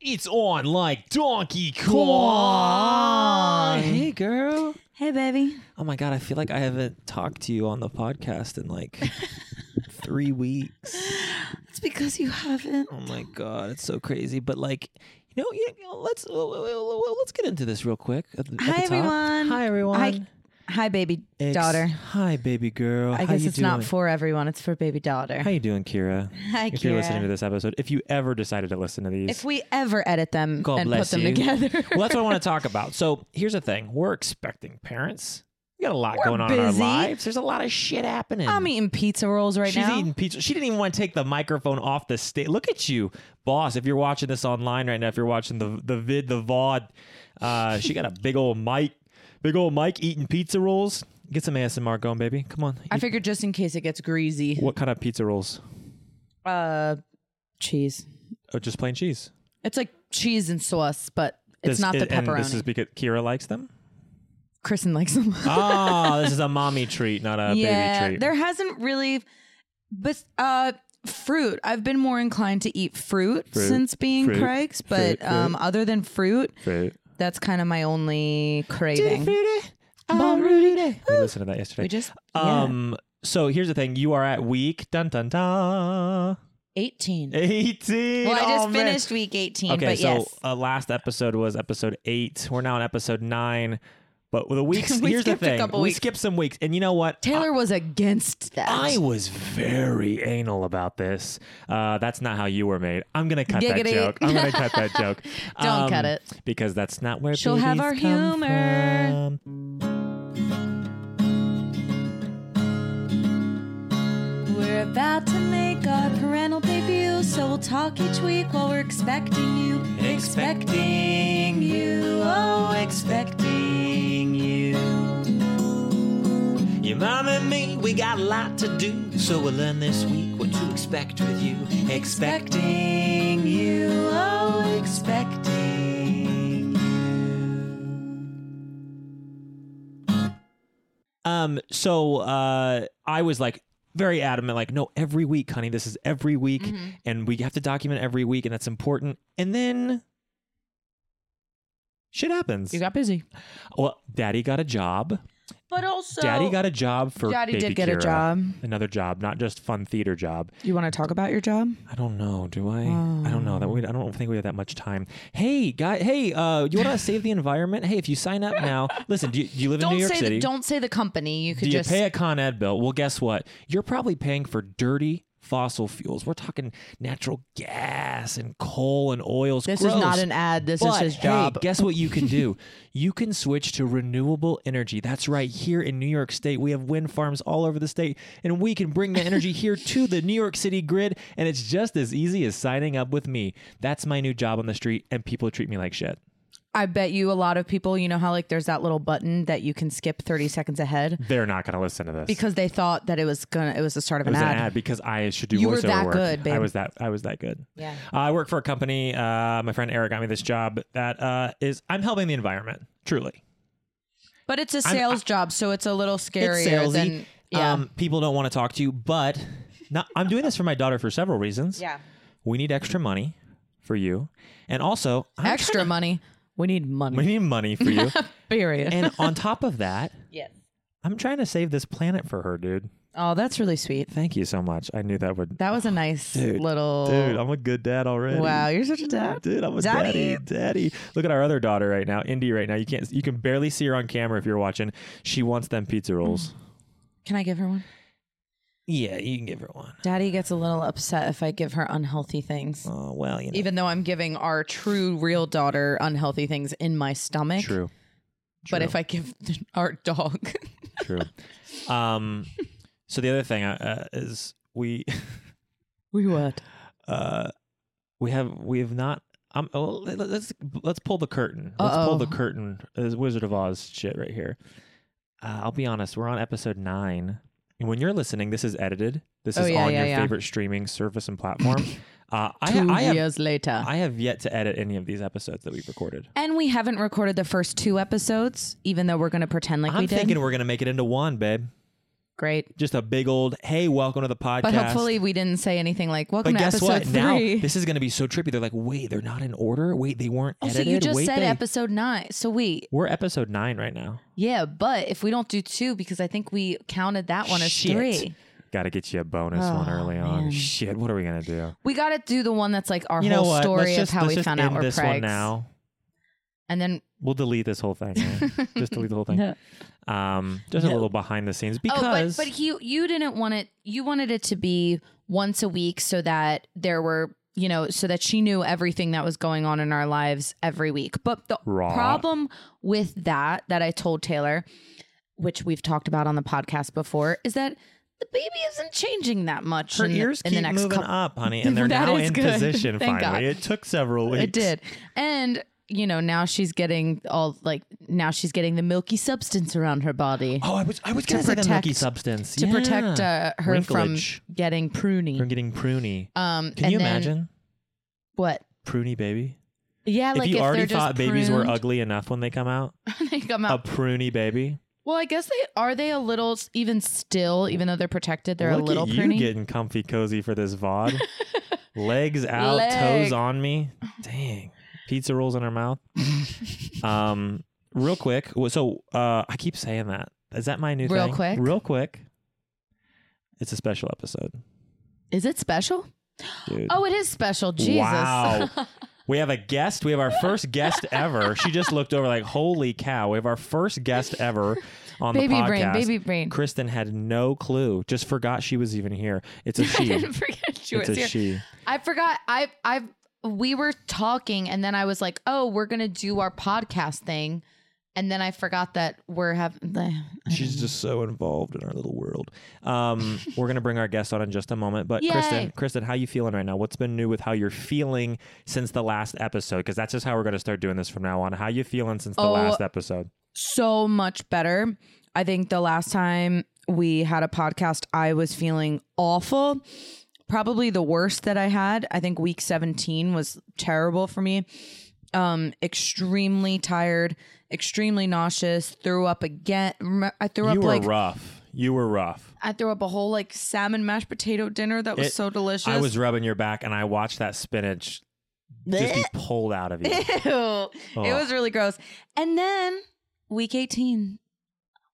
It's on like Donkey Kong. Hey, girl. Hey, baby. Oh my god, I feel like I haven't talked to you on the podcast in like three weeks. It's because you haven't. Oh my god, it's so crazy. But like, you know, you know, let's uh, well, well, well, well, let's get into this real quick. at the- at the Hi, top. everyone. Hi everyone. Hi, hi baby Ex- daughter. Hi, baby girl. I How guess you it's not doing? for everyone. It's for baby daughter. How you doing, Kira? Hi, if you're listening to Kira. this episode, if you ever decided to listen to these, If we ever edit them God and put bless them you. together, well, that's what I want to talk about. So here's the thing: we're expecting parents. We got a lot We're going on in our busy. lives. There's a lot of shit happening. I'm eating pizza rolls right She's now. eating pizza. She didn't even want to take the microphone off the stage. Look at you, boss. If you're watching this online right now, if you're watching the the vid, the VOD, uh, she got a big old mic, big old mic eating pizza rolls. Get some ASMR going, baby. Come on. I figured just in case it gets greasy, what kind of pizza rolls? uh, cheese. Oh, just plain cheese. It's like cheese and sauce, but it's This- not the and pepperoni. This is because Kira likes them. Kristen likes them. Ah, Oh, this is a mommy treat, not a yeah, baby treat. there hasn't really, but uh, fruit. I've been more inclined to eat fruit, Fruit, since being fruit, Craig's, fruit, but fruit. um, other than fruit, Fruit. that's kind of my only craving. We listened to that yesterday. We just um Um. So here's the thing: you are at week dun dun dun eighteen. eighteen. Well, I Oh, just man. finished week eighteen, Okay, but so yes, uh, last episode was episode eight. We're now on episode nine. But with the weeks, We here's the skipped a thing: couple we weeks. skipped some weeks, and you know what? Taylor was against that. uh, I, I was very anal about this. Uh, that's not how you were made. I'm gonna cut that Giggity. joke. I'm gonna cut that joke. Um, Don't cut it. because that's not where She'll have babies our come humor. from. We're about to make our parental debut, so we'll talk each week while we're expecting you. Expecting you, oh, expecting you. Your mom and me, we got a lot to do, so we'll learn this week what to expect with you. Expecting you, oh, expecting Um, so uh, I was like very adamant, like, no, every week, honey, this is every week, Mm-hmm. and we have to document every week, and that's important. And then shit happens. You got busy. well, daddy got a job. But also, daddy got a job for Daddy baby did get a Kira. job. Another job, not just fun theater job. You want to talk about your job? I don't know. Do I? I don't know. That we, I don't think we have that much time. Hey, guy. Hey, uh, you want to save the environment? Hey, if you sign up now, listen. Do you, do you live in Don't New York say City? the, don't say the company. You could Do you just pay a Con Ed bill? Well, guess what? You're probably paying for dirty fossil fuels. We're talking natural gas and coal and oils. This Gross. is not an ad. This But, is his hey, job. guess what you can do? you can switch to renewable energy. That's right. Here in New York State, we have wind farms all over the state, and we can bring the energy here to the New York City grid. And it's just as easy as signing up with me. That's my new job on the street, and people treat me like shit. I bet you a lot of people, you know how like there's that little button that you can skip 30 seconds ahead They're not going to listen to this. because they thought that it was gonna it was the start of It an was an ad. ad because I should do You were voiceover that work. good, babe. I was that. I was that good. Yeah. Uh, I work for a company. Uh, my friend Eric got me this job. That uh, is, I'm helping the environment. Truly, But it's a I'm- sales job, so it's a little scarier it's salesy. than yeah. um, people don't want to talk to you, but not, I'm doing this for my daughter for several reasons. yeah. We need extra money for you, and also I'm Extra money. We need money. trying- we need money for you. Period. and on top of that, yes. I'm trying to save this planet for her, dude. Oh, that's really sweet. Thank you so much. I knew that would. That was a nice Dude, little Dude, I'm a good dad already. Oh. Wow, you're such a dad. Dude, I'm a Daddy. daddy. daddy, Look at our other daughter right now, Indy. Right now, you can't, you can barely see her on camera if you're watching. She wants them pizza rolls. Hmm. Can I give her one? Yeah, you can give her one. Daddy gets a little upset if I give her unhealthy things. Oh well, you know, Even though I'm giving our true real daughter unhealthy things in my stomach. true, But if I give the, our dog true. um, so the other thing uh, uh, is we We what? uh we have we have not. Um, oh, let- let's let's pull the curtain. Let's pull Uh-oh. the curtain. This Wizard of Oz shit right here. Uh, I'll be honest. We're on episode nine, and when you're listening, this is edited. This Oh, is yeah, on yeah, your yeah. favorite streaming service and platform. uh, I, Two I have years later. I have yet to edit any of these episodes that we've recorded. and we haven't recorded the first two episodes, even though we're going to pretend like I'm we did. thinking we're gonna make it into one, babe. Great. Just a big old hey, welcome to the podcast. But hopefully we didn't say anything like welcome But to guess episode what? Now three. this is going to be so trippy. They're like, wait, they're not in order. Wait, they weren't oh, so edited. you just wait, said they- episode nine. So wait, We're episode nine right now. yeah, but if we don't do two, because I think we counted that one as Shit. three, Got to get you a bonus one Oh, early on. man. Shit, what are we gonna do? we got to do the one that's like our you know whole what? story let's just, of how let's we just found out end we're this pregs, one now. and then We'll delete this whole thing. right? just delete the whole thing. Um, just a No. little behind the scenes oh, because but but he you didn't want it. You wanted it to be once a week so that there were you know so that she knew everything that was going on in our lives every week. But the Right. problem with that that I told Taylor, which we've talked about on the podcast before, is that the baby isn't changing that much. her in, the- ears in keep the next moving couple. up, honey, and they're That now is in good. position Thank finally. God. It took several weeks. It did, and you know now she's getting all like now she's getting the milky substance around her body. Oh, I was I was To gonna say the milky protect- substance To Yeah. protect uh, her Wrinklage. from getting pruny. from getting pruny. Um, Can and you then- imagine what? pruny baby? Yeah, like if you if already they're just thought babies were pruned, ugly enough when they come out, they come a out. pruny baby. Well, I guess they are they a little s- even still, even though they're protected, they're Look a little at pruny. you getting comfy cozy for this vod. Legs out, toes Leg. on me. Dang, pizza rolls in her mouth. um, real quick. w- So uh, I keep saying that. Is that my new Real thing? quick? Real quick. It's a special episode, Is it special? dude. Oh, it is special. Jesus. Wow. We have a guest. We have our first guest ever. She just looked over like, holy cow. We have our first guest ever on baby the podcast. brain, baby brain. Kristen had no clue. Just forgot she was even here. It's a I she. didn't forget she it's was a here. she. I forgot. I I we were talking, and then I was like, "Oh, we're gonna do our podcast thing," and then I forgot that we're having. The, She's just so involved in our little world. Um, we're gonna bring our guest on in just a moment, but Kristen, Yay. Kristen, how you feeling right now? What's been new with how you're feeling since the last episode? Because that's just how we're gonna start doing this from now on. How you feeling since the Oh, last episode? so much better. I think the last time we had a podcast, I was feeling awful. Probably the worst that I had. I think week 17 was terrible for me. Um, extremely tired, extremely nauseous, threw up again. Rem- I threw You up were like rough. You were rough. I threw up a whole like salmon mashed potato dinner that was It- so delicious. I was rubbing your back, and I watched that spinach just be pulled out of you. Oh. Ew. It was really gross. And then week 18.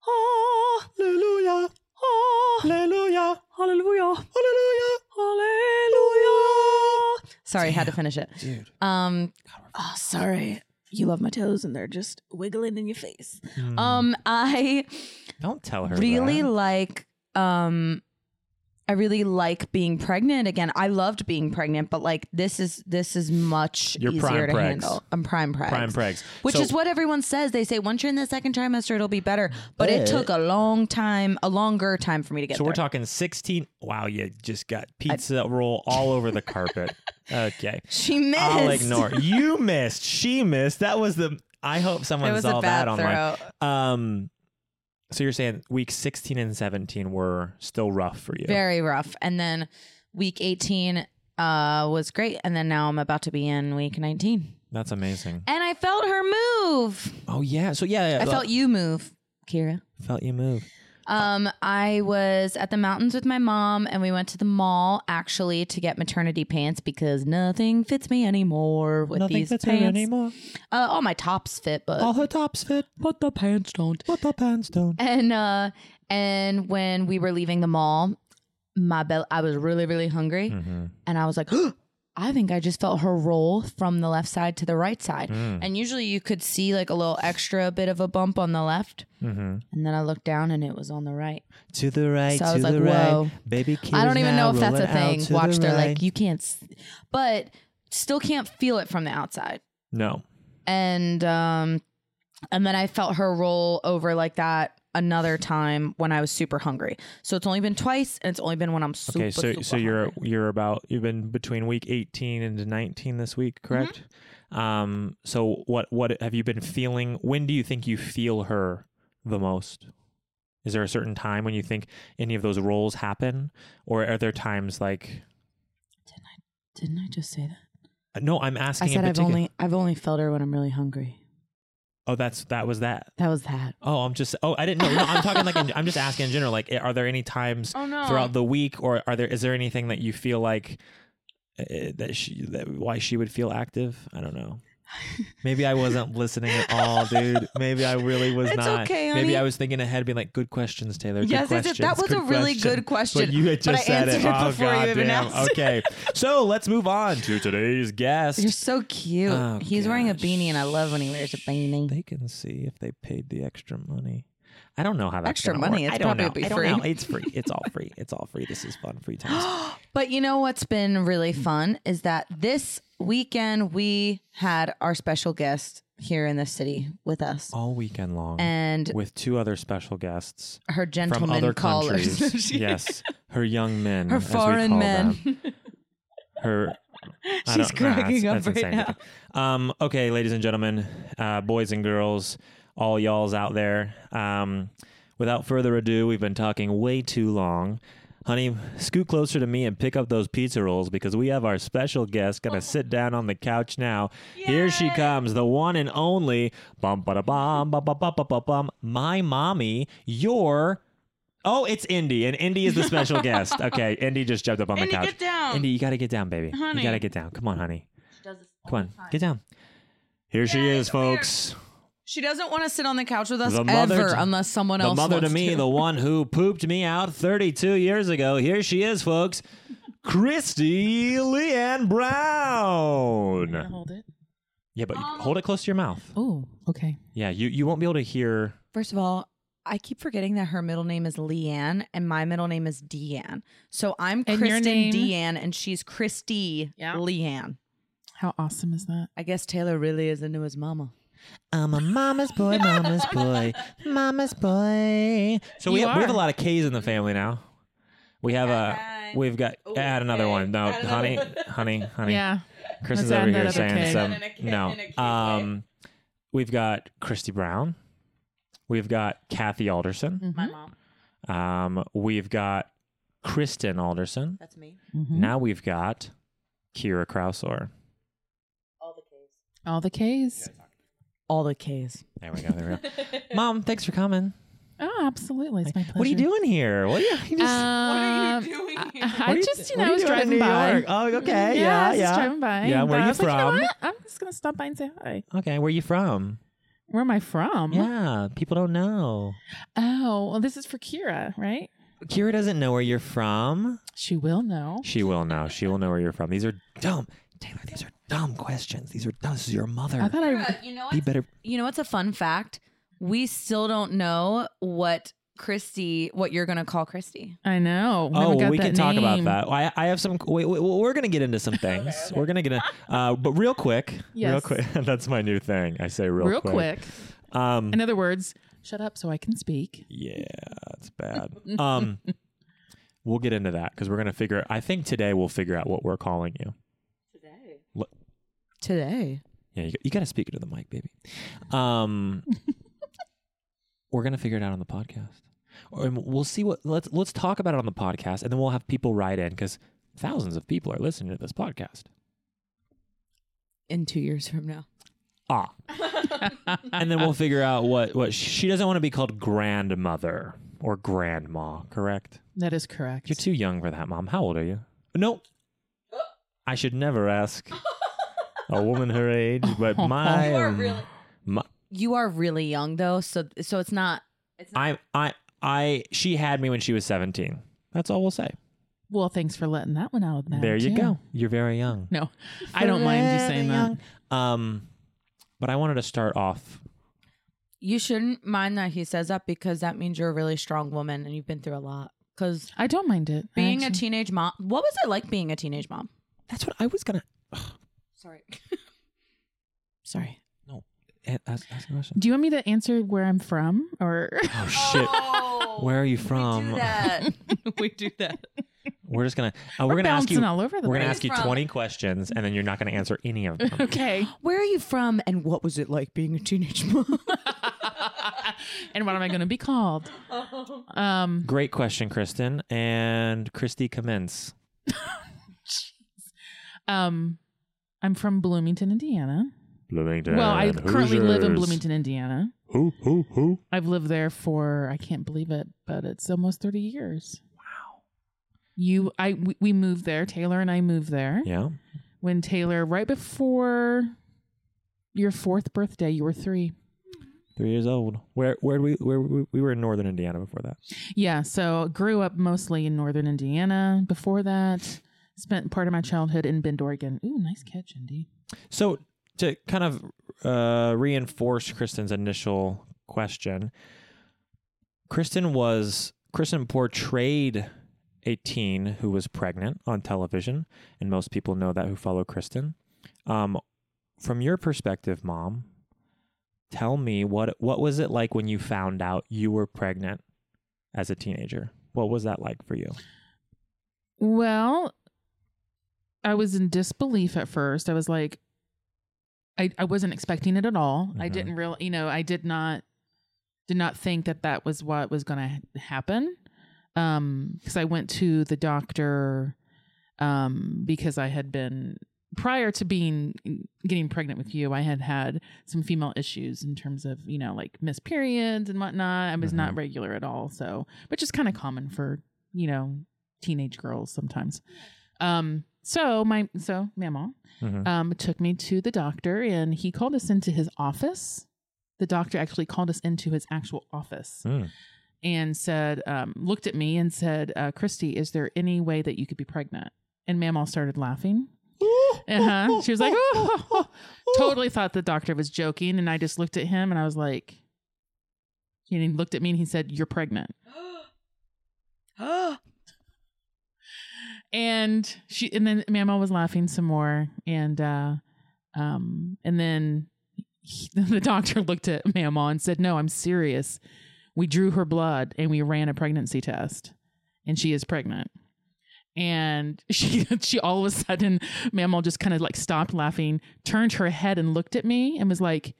Oh, Hallelujah! oh. Hallelujah! Hallelujah. Hallelujah! Hallelujah. Sorry, had to finish it. Dude. Um oh, sorry. You love my toes and they're just wiggling in your face. Um I Don't tell her. really Mm. that. like um I really like being pregnant again. I loved being pregnant, but like this is this is much You're easier prime to pregs. handle. I'm prime pregs. prime pregs, Which So- is what everyone says. They say once you're in the second trimester, it'll be better. But it took a long time, a longer time for me to get So there. we're talking 16. Wow, you just got pizza roll all over the carpet. Okay. she missed. I'll ignore. You missed. She missed. That was the. I hope It someone was saw a bad that online. throw. Um, so you're saying week 16 and 17 were still rough for you. Very rough. And then week 18 uh, was great. And then now I'm about to be in week 19. That's amazing. And I felt her move. Oh yeah. So yeah, yeah I felt you move, Kira. felt you move. Um, I was at the mountains with my mom, and we went to the mall actually to get maternity pants because nothing fits me anymore with Nothing these fits her pants. anymore. Uh, all my tops fit, but All her tops fit, but the pants don't. but the pants don't. And uh, and when we were leaving the mall, my bell, I was really really hungry, Mhm. and I was like, I think I just felt her roll from the left side to the right side. Hmm. Mm-hmm. And usually you could see like a little extra bit of a bump on the left. Mhm. And then I looked down and it was on the right. To the right, So I to was the like, right, whoa. baby. I Kira's don't even now know if that's rolling a out thing. to the Watch, they're right. like, you can't, s- but still can't feel it from the outside. no. and um and then I felt her roll over like that another time when I was super hungry. So it's only been twice, and it's only been when I'm super. Okay, so super so you're hungry. you're about you've been between week 18 and 19 this week, Mm-hmm. correct? Um so what what have you been feeling? When do you think you feel her the most? Is there a certain time when you think any of those roles happen or are there times like Didn't I just say that? no, I'm asking I said in I've particular. only I've only felt her when I'm really hungry. Oh, that's that was that. That was that. Oh, I'm just. Oh, I didn't know. No, I'm talking like. In, I'm just asking in general. Like, eh, are there any times Oh, no. throughout the week, or are there? Is there anything that you feel like uh, that she that why she would feel active? I don't know. Maybe I wasn't listening at all, dude. Maybe I really was It's not. okay, honey. Maybe I was thinking ahead, being like, "Good questions, Taylor. Good Yes, it's- questions. that was a really good question, But you had but just I said it. answered it oh, before you God even damn. asked. Okay, so let's move on to today's You're guest. so cute. Oh, He's wearing a gosh. beanie, and I love when he wears a beanie. They can see if they paid the extra money. I don't know how that's Extra gonna money? Work. It's I don't probably know. gonna be I don't free. know. It's free. It's all free. It's all free. This is fun. Free times. But you know what's been really fun is that this weekend we had our special guest here in the city with us. all weekend long. And with two other special guests her from gentleman other callers. countries. yes, her young men. Her as we foreign call men. them. Her. I She's don't- nah, that's- cracking up that's right insane. Um, okay, ladies and gentlemen, uh, boys and girls, all y'all's out there. Um, without further ado, we've been talking way too long. Honey, scoot closer to me and pick up those pizza rolls because we have our special guest gonna sit down on the couch now. Here she comes, the one and only bum ba da bum bum bum bum bum bum bum. My mommy, your oh, it's Indy, and Indy is the special guest. Okay, Indy just jumped up on the couch. down. Indy, you gotta get down, baby. You gotta get down. Come on, honey. Come on, get down. Here she is, folks. She doesn't want to sit on the couch with us The mother ever to- unless someone The else mother to wants me, the one who pooped me out 32 years ago. Here she is, folks. Christy Leanne Brown. Hold it. Yeah, but hold it close to your mouth. Oh, okay. Yeah, you, you won't be able to hear. First of all, I keep forgetting that her middle name is Leanne and my middle name is Deanne. So I'm And your Kristen name- Deanne and she's Christy Yeah. Leanne. How awesome is that? I guess Taylor really is into his mama. I'm a mama's boy, mama's boy, mama's boy. So we You have, we have a are. lot of K's in the family now. We have a Okay. we've got Ooh, add another okay. one. No, Add another honey, one. honey, honey. Yeah. Kristen's Let's add over here another saying K. some And a K- no. and a K, Um, we've got Christy Brown. We've got Kathy Alderson. Mhm. mom. Um, we've got Kristen Alderson. That's me. Mhm. Now we've got Kira Krausor. All the K's. All the K's. All the K's. There we go. There we go. Mom, thanks for coming. Oh, absolutely. It's my pleasure. What are you doing here? What are you? you Um, just- doing? Uh, I, I What are just, what you know, are I doing was in driving New by. York? Oh, okay. I Yeah, was just yeah. driving by. Yeah, where but you I was like, you know from? what? I'm just gonna stop by and say hi. Okay, where are you from? Where am I Mm-hmm. from? Yeah, people don't know. Oh, well, this is for Kira, right? Kira doesn't know where you're from. She will know. She will know. She will know where you're from. These are dumb. Taylor, these are dumb questions. These are dumb. This is your I mother. thought I. you know Be what's, better. you know what's a fun fact? We still don't know what Christy, what you're going to call Christy. I know. Oh, Never well, got we can that talk about name. that. I, I have some. Wait, wait, well, we're gonna get into some things. We're gonna get. In, uh, but real quick, real Yes. quick. That's my new thing. I say real, Real quick. Um, In other words, shut up so I can speak. yeah, it's bad. Um, we'll get into that because we're gonna figure. I think today we'll figure out what we're calling you. Today. Yeah, you, you got to speak into the mic, baby. Um, we're gonna figure it out on the podcast, or and we'll see what let's let's talk about it on the podcast, and then we'll have people write in because thousands of people are listening to this podcast. In two years from now. Ah, and then we'll figure out what what she doesn't want to be called grandmother or grandma. Correct? That is correct. You're too young for that, mom. How old are you? No, I should never ask a woman her age, but my. um, my You are really young though, so so it's not. I I I she had me when she was 17. That's all we'll say. well, thanks for letting that one out of the bag, there you too. go. You're very young. No, I don't mind you saying that. that. Um but I wanted to start off. You shouldn't mind that he says that because that means you're a really strong woman and you've been through a lot. Because I don't mind it. I being a actually- teenage mom, what was it like being a teenage mom? That's what I was going Sorry. Sorry. to ask, ask a question. Do you want me to answer where I'm from or Oh shit. Oh. Where are you from? we do that. We're just going to uh, we're, going to ask bouncing you all over the we're going to place? ask you Where are 20 you questions and then you're not going to answer any of them. Okay. Where are you from and what was it like being a teenage mom? and what am I going to be called? Oh. Um, Great question, Kristen. And Christy commence. um, I'm from Bloomington, Indiana. Bloomington. Well, I currently live in Hoosiers. Bloomington, Indiana. Who, who, who? I've lived there for I can't believe it, but it's almost 30 years. Wow. You I we, we moved there, Taylor and I moved there. Yeah. When Taylor right before your fourth birthday, you were 3. Three years old. Where where we where we, we were in northern Indiana before that. Yeah, so grew up mostly in northern Indiana. Before that, spent part of my childhood in Bend, Oregon. Ooh, nice catch, Indy. So to kind of uh, reinforce Kristen's initial question, Kristen was Kristen portrayed a teen who was pregnant on television, and most people know that who follow Kristen. Um, from your perspective, mom, tell me what what was it like when you found out you were pregnant as a teenager? What was that like for you? Well, I was in disbelief at first. I was like, I, I wasn't expecting it at all. I Mhm. didn't real, you know, I did not, did not think that that was what was going to happen. Um, because I went to the doctor, um, because I had been prior to being mm, getting pregnant with you, I had had some female issues in terms of you know like missed periods and whatnot. I was not regular at all, so which is kind of common for you know teenage girls sometimes. Um, so my so mama Mhm. um took me to the doctor and he called us into his office. The doctor actually called us into his actual office Mm. and said, um, looked at me and said, uh, Christy, is there any way that you could be pregnant? And Mamaw started laughing. Uh huh. She was like, "Oh." totally thought the doctor was joking. And I just looked at him and I was like, and he looked at me and he said, You're pregnant. and she and then Mama was laughing some more and uh um and then he- the doctor looked at Mama and said, "No, I'm serious. We drew her blood and we ran a pregnancy test and she is pregnant." And she she all of a sudden Mama just kind of like stopped laughing, turned her head and looked at me and was like,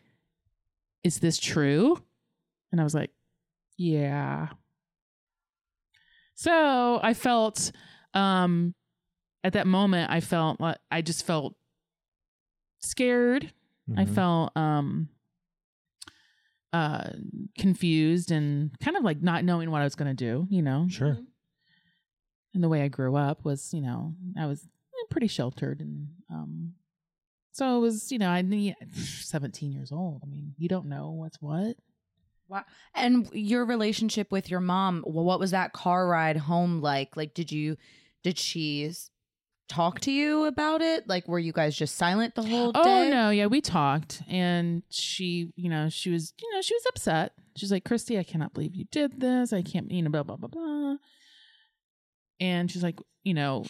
"Is this true?" And I was like, "Yeah." So, I felt um at that moment i felt like i just felt scared i Mhm. felt um uh confused and kind of like not knowing what i was going to do you know Sure. and the way i grew up was you know i was eh, pretty sheltered and um so it was you know i knew 17 years old i mean you don't know what's what Wow. And your relationship with your mom, wh- what was that car ride home like? Like, did you, did she s- talk to you about it? Like, were you guys just silent the whole Oh day? no, yeah, we talked, and she, you know, she was, you know, she was upset. She's like, Christy, I cannot believe you did this. I can't, you know, blah blah blah blah. And she's like, you know,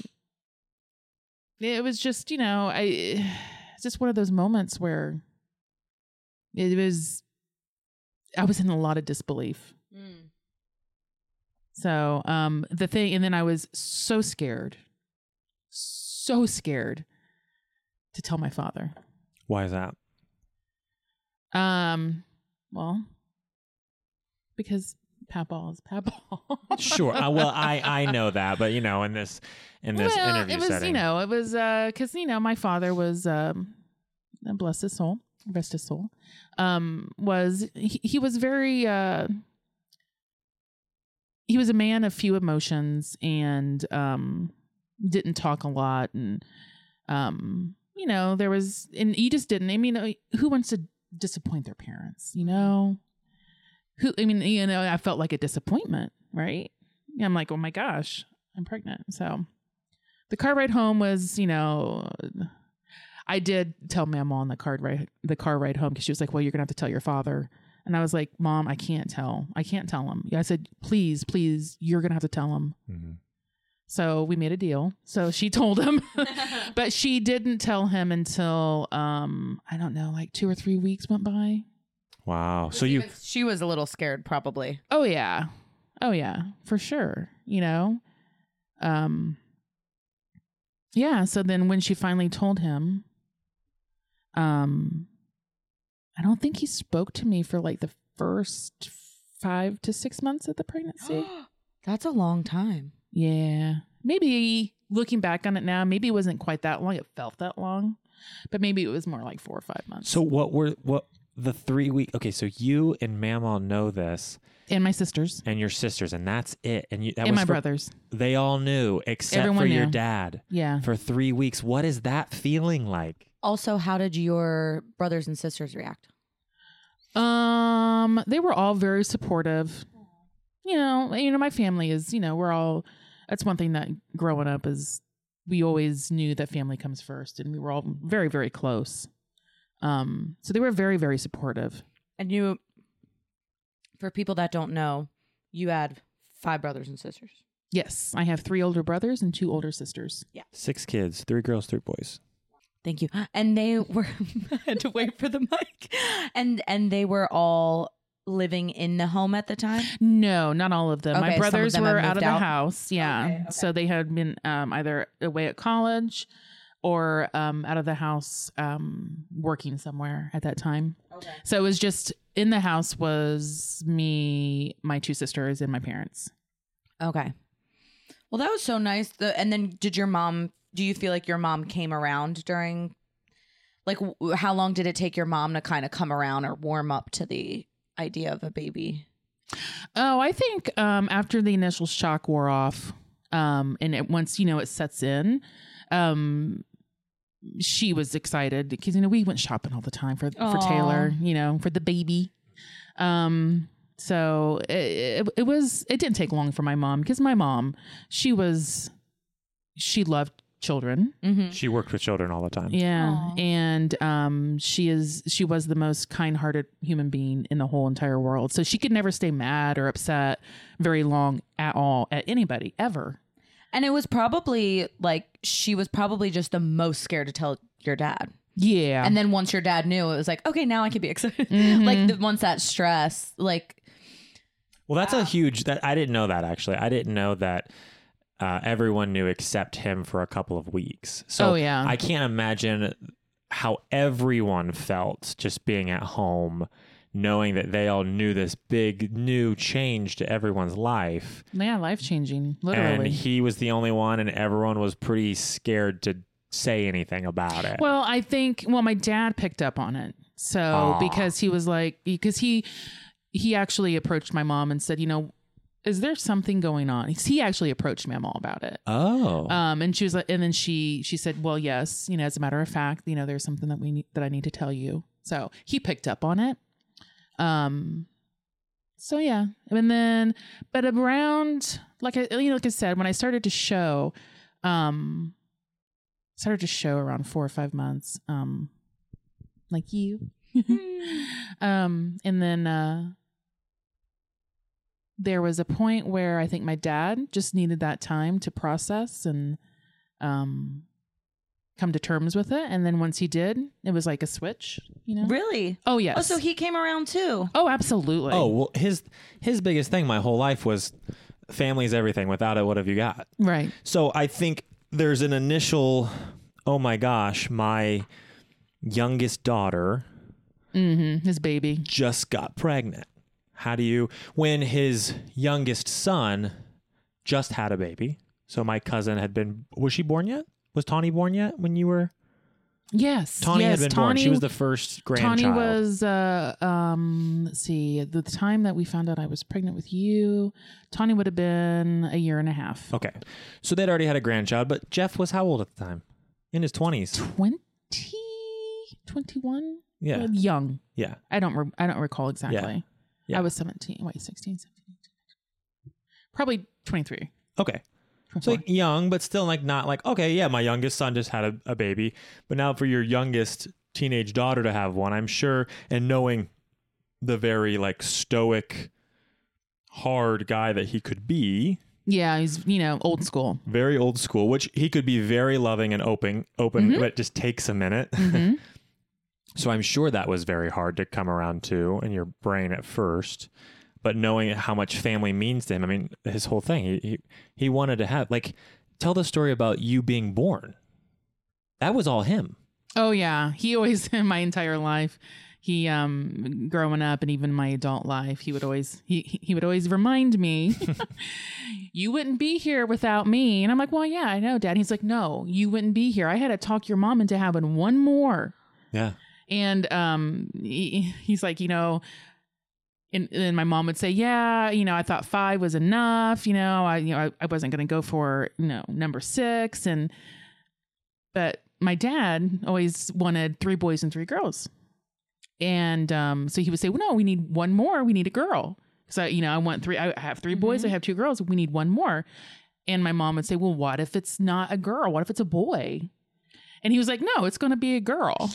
it was just, you know, I, it's just one of those moments where it was, I was in a lot of disbelief. Mm. So, um, the thing, and then I was so scared, so scared to tell my father. Why is that? Um, well, because papal is papal. sure. Uh, well, I I know that, but you know, in this in this well, interview it was setting, you know it was because you know my father was um, bless his soul, rest his soul. Um, was he, he was very uh, he was a man of few emotions and um didn't talk a lot and um you know there was and he just didn't. I mean, uh, who wants to disappoint their parents? You know who I mean, you know, I felt like a disappointment, right? And I'm like, oh my gosh, I'm pregnant. So the car ride home was, you know, I did tell Mama on the car ride the car ride home because she was like, well, you're gonna have to tell your father. And I was like, Mom, I can't tell. I can't tell him. I said, please, please, you're gonna have to tell him. Mm-hmm. So we made a deal. So she told him, but she didn't tell him until um, I don't know, like two or three weeks went by. Wow. So you She was a little scared, probably. Oh yeah. Oh yeah, for sure. You know? Um Yeah, so then when she finally told him, um I don't think he spoke to me for like the first five to six months of the pregnancy. That's a long time. yeah. Maybe looking back on it now, maybe it wasn't quite that long. It felt that long. but maybe it was more like four or five months. So what were what the three week? Okay, so you and Mama know this, and my sisters and your sisters, and that's it. And you that and was my for- brothers. They all knew except Everyone for your knew. dad Yeah. for three weeks. What is that feeling like? Also, how did your brothers and sisters react? Um, they were all very supportive. You know, you know, my family is, you know, we're all that's one thing that growing up is we always knew that family comes first and we were all very, very close. Um, so they were very, very supportive. And you, for people that don't know, you had five brothers and sisters. Yes. I have three older brothers and two older sisters. Six kids, three girls, three boys. Thank you. And they were I had to wait for the mic. And and they were all living in the home at the time. No, not all of them. Okay, my some of brothers them have were out of moved the out. house. Yeah. Okay, okay. So they had been um, either away at college or um, out of the house um, working somewhere at that time. Okay. So it was just in the house was me, my two sisters, and my parents. Okay. Well, that was so nice. The, and then did your mom? Do you feel like your mom came around during? Like, w- how long did it take your mom to kind of come around or warm up to the idea of a baby? Oh, I think um, after the initial shock wore off, um, and it, once you know it sets in, um, she was excited because you know we went shopping all the time for for Aw. Taylor, you know, for the baby. Um, so it, it, it was it didn't take long for my mom because my mom she was she loved children Mm-hmm. She worked with children all the time. Yeah, Aw. and um, she is she was the most kind-hearted human being in the whole entire world. So she could never stay mad or upset very long at all at anybody ever. And it was probably like she was probably just the most scared to tell your dad. Yeah, And then once your dad knew, it was like, okay, now I can be excited. Mhm. like the, once that stress, like Well, that's a huge. That I didn't know that actually. I didn't know that uh, everyone knew except him for a couple of weeks. So Oh, yeah. I can't imagine how everyone felt just being at home, knowing that they all knew this big new change to everyone's life, yeah, life changing, and literally. he was the only one, and everyone was pretty scared to say anything about it. well, I think well, my dad picked up on it. So Aw. because he was like because he he actually approached my mom and said, you know, is there something going on? He actually approached my mom about it. oh, Um, and she was like, and then she she said, "Well, yes, you know, as a matter of fact, you know, there's something that we need, that I need to tell you." So he picked up on it. Um, so yeah, and then, but around like I you know, like I said, when I started to show, um, started to show around four or five months, um, like you, um, and then uh, there was a point where I think my dad just needed that time to process and um, come to terms with it. And then once he did, it was like a switch, you know? really. Oh, yes. Oh, so he came around too. Oh, absolutely. oh, well, his his biggest thing my whole life was family's everything. Without it, what have you got? right. So I think there's an initial, oh my gosh, my youngest daughter hmm His baby. just got pregnant. How do you, when his youngest son just had a baby? So my cousin had been, was she born yet? Was Tawny born yet when you were? Yes. Tawny yes. had been born. She was the first grandchild. Tawny was, uh, um, let's see, at the time that we found out I was pregnant with you, Tawny would have been a year and a half. okay. So they'd already had a grandchild, but Jeff was how old at the time? In his 20s. 20, 21? Yeah. Young. Yeah. I don't. Re- I don't recall exactly. Yeah. I was seventeen. Wait, 16, 17, 18. probably 23. Okay. So 24. like young, but still like not like okay, yeah, my youngest son just had a, a baby, but now for your youngest teenage daughter to have one, I'm sure, and knowing the very like stoic, hard guy that he could be, yeah, he's you know old school. very old school, which he could be very loving and open, open, but it just takes a minute. Mhm. so I'm sure that was very hard to come around to in your brain at first. But knowing how much family means to him, I mean, his whole thing, he, he, he wanted to have, like, tell the story about you being born. That was all him. oh yeah, he always in my entire life. he um growing up and even in my adult life he would always he he would always remind me you wouldn't be here without me and i'm like well yeah i know dad he's like no you wouldn't be here i had to talk your mom into having one more Yeah. and um he, he's like you know and, and then my mom would say yeah you know i thought five was enough you know i you know i, I wasn't going to go for you know number six and but my dad always wanted three boys and three girls and um so he would say well no we need one more we need a girl so you know i want three i have 3 boys i have two girls we need one more and my mom would say well what if it's not a girl what if it's a boy and he was like no it's going to be a girl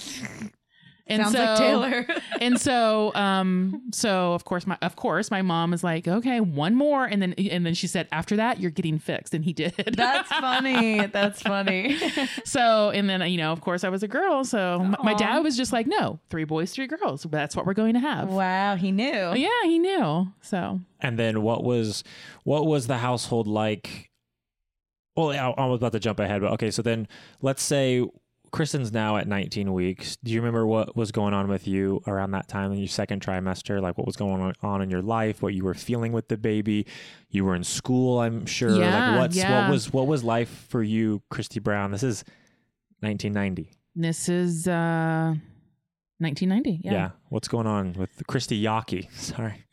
and Sounds like so- Taylor. and so um so of course my of course my mom is like okay one more and then and then she said after that you're getting fixed and he did That's funny. That's funny. so and then you know of course i was a girl so my, my Aw. dad was just like no three boys three girls that's what we're going to have wow, he knew. yeah he knew so And then what was what was the household like? Well, I, I was about to jump ahead, but okay. So then let's say Kristen's now at 19 weeks. Do you remember what was going on with you around that time in your second trimester? Like what was going on in your life? What you were feeling with the baby? You were in school, I'm sure. Yeah, like what's yeah. what was what was life for you, Christy Brown? This is 1990. this is uh 1990 yeah, What's going on with Christy Yaki? Sorry.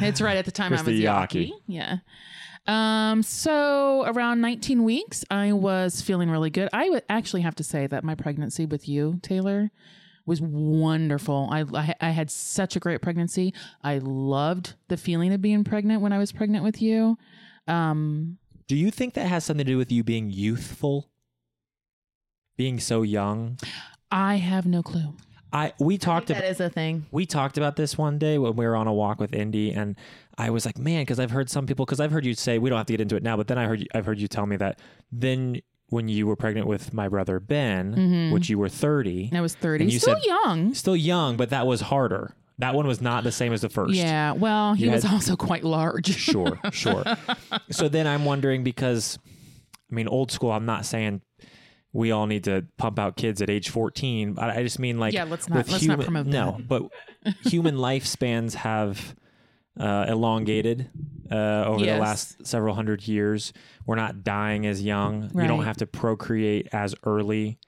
it's right at the time Christy i was yaki Yaki. yeah um so around 19 weeks i was feeling really good i would actually have to say that my pregnancy with you taylor was wonderful. I, I I had such a great pregnancy. I loved the feeling of being pregnant when I was pregnant with you. Um, Do you think that has something to do with you being youthful? Being so young? I have no clue. I we talked about That is a thing. we talked about this one day when we were on a walk with Indy and I was like, "Man, cuz I've heard some people cuz I've heard you say we don't have to get into it now, but then I heard you, I've heard you tell me that then when you were pregnant with my brother Ben, Mm-hmm. which you were 30, I was 30. And you Still said- young. still young, but that was harder. That one was not the same as the first. Yeah. Well, he You was had- also quite large. sure, sure. So then I'm wondering because, I mean, old school. I'm not saying we all need to pump out kids at age 14. I, I just mean like Yeah, let's not- with let's not human, promote no, but human lifespans have uh, elongated uh, over Yes. the last several hundred years. We're not dying as young. You don't Right. have to procreate as early.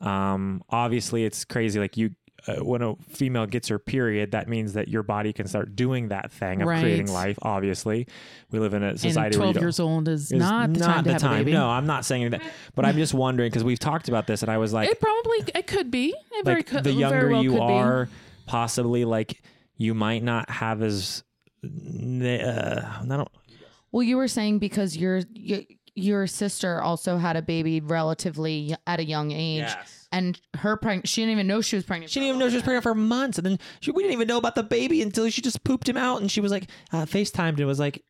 Um, obviously, it's crazy. Like you. Uh, when a female gets her period, that means that your body can start doing that thing of Right. creating life. Obviously, we live in a and society where you 12 don't- years old is, is not the time to have a baby. No, I'm not saying that, but I'm just wondering because we've talked about this, and I was like, It probably it could be. It very like could, the very younger well you could be. are, possibly like you might not have as. Uh, I don't. Well, you were saying because your your, your sister also had a baby relatively at a young age, and her pregnant, she didn't even know she was pregnant. She didn't even know she was pregnant for months, and then she, we didn't even know about the baby until she just pooped him out, and she was like, uh, FaceTimed and was like,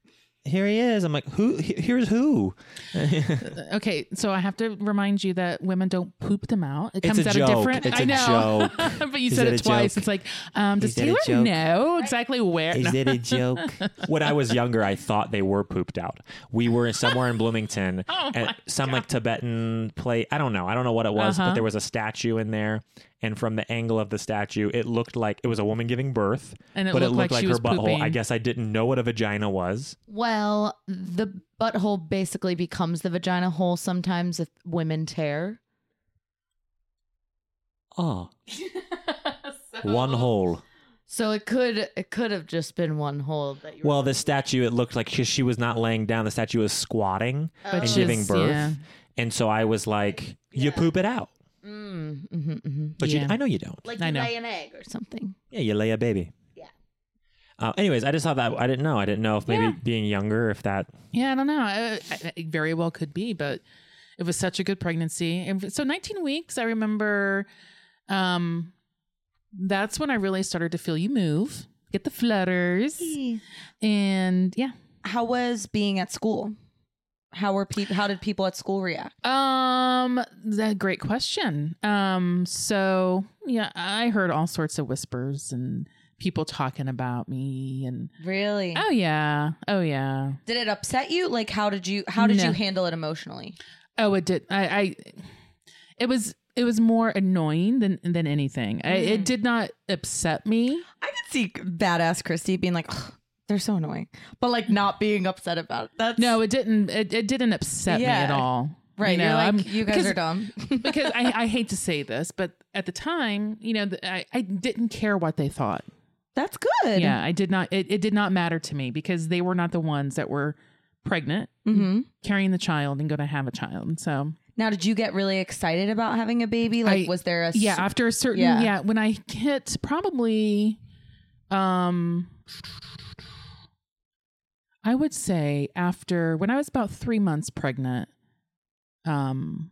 "Here he is." I'm like, "Who? he- Here's who." Okay, so I have to remind you that women don't poop them out. It It's comes a out joke. of different. It's I a know, joke. but you Is said that it a twice. joke? It's like, um, does Is that a Taylor joke? know exactly where? No. that a joke? when I was younger, I thought they were pooped out. We were somewhere in Bloomington Oh at some like Tibetan play. I don't know. I don't know what it was, Uh-huh. but there was a statue in there, and from the angle of the statue, it looked like it was a woman giving birth, And it but looked it looked like like, she her was butthole. I pooping. guess I didn't know what a vagina was. Well, the butthole basically becomes the vagina hole sometimes if women tear. Oh, one hole. So it could it could have just been one hole that you. Well, the statue, it looked like she, she was not laying down. The statue was squatting oh, But and she's- giving birth. yeah. And so I was like, you poop it out. were, mm, hmm hmm But you, Yeah. I know you don't. like I know. an egg or something. Yeah, you lay a baby. Yeah. Uh, anyways, I just thought that I didn't know. I didn't know if maybe Yeah. being younger, if that Yeah, I don't know. I, I, it very well could be, but it was such a good pregnancy. And so 19 weeks, I remember um that's when I really started to feel you move, get the flutters. And yeah. How was being at school? How were people? How did people at school react? Um that great question. Um so yeah, I heard all sorts of whispers and people talking about me and Really? oh yeah. Oh yeah. Did it upset you? Like, how did you? How did No. you handle it emotionally? Oh, it did. I, I it was it was more annoying than than anything. I, it did not upset me. I could see badass Christy being like, "Ugh, they're so annoying, but like not being upset about it. That's No, it didn't. It, it didn't upset me at Yeah. all. right. You know, you're like, I'm- you guys because- are dumb. because I, I hate to say this, but at the time, you know, th- I, I didn't care what they thought. That's good. Yeah, I did not. It, it did not matter to me because they were not the ones that were pregnant, hmm carrying the child, and going to have a child. So Now, did you get really excited about having a baby? Like, I- was there a yeah, after a certain yeah. Yeah. when I hit probably, um, I would say after when I was about three months pregnant, um,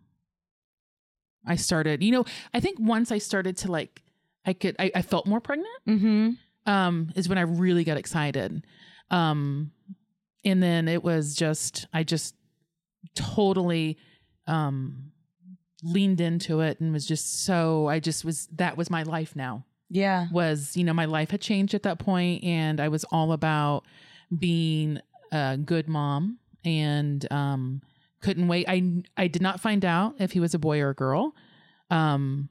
I started. You know, I think once I started to like, I could, I, I felt more pregnant. Mm-hmm. um is when I really got excited. Um and then it was just I just totally um leaned into it and was just so I just was that was my life now. Yeah. Was, you know, my life had changed at that point and I was all about being a good mom and um couldn't wait. I I did not find out if he was a boy or a girl. Um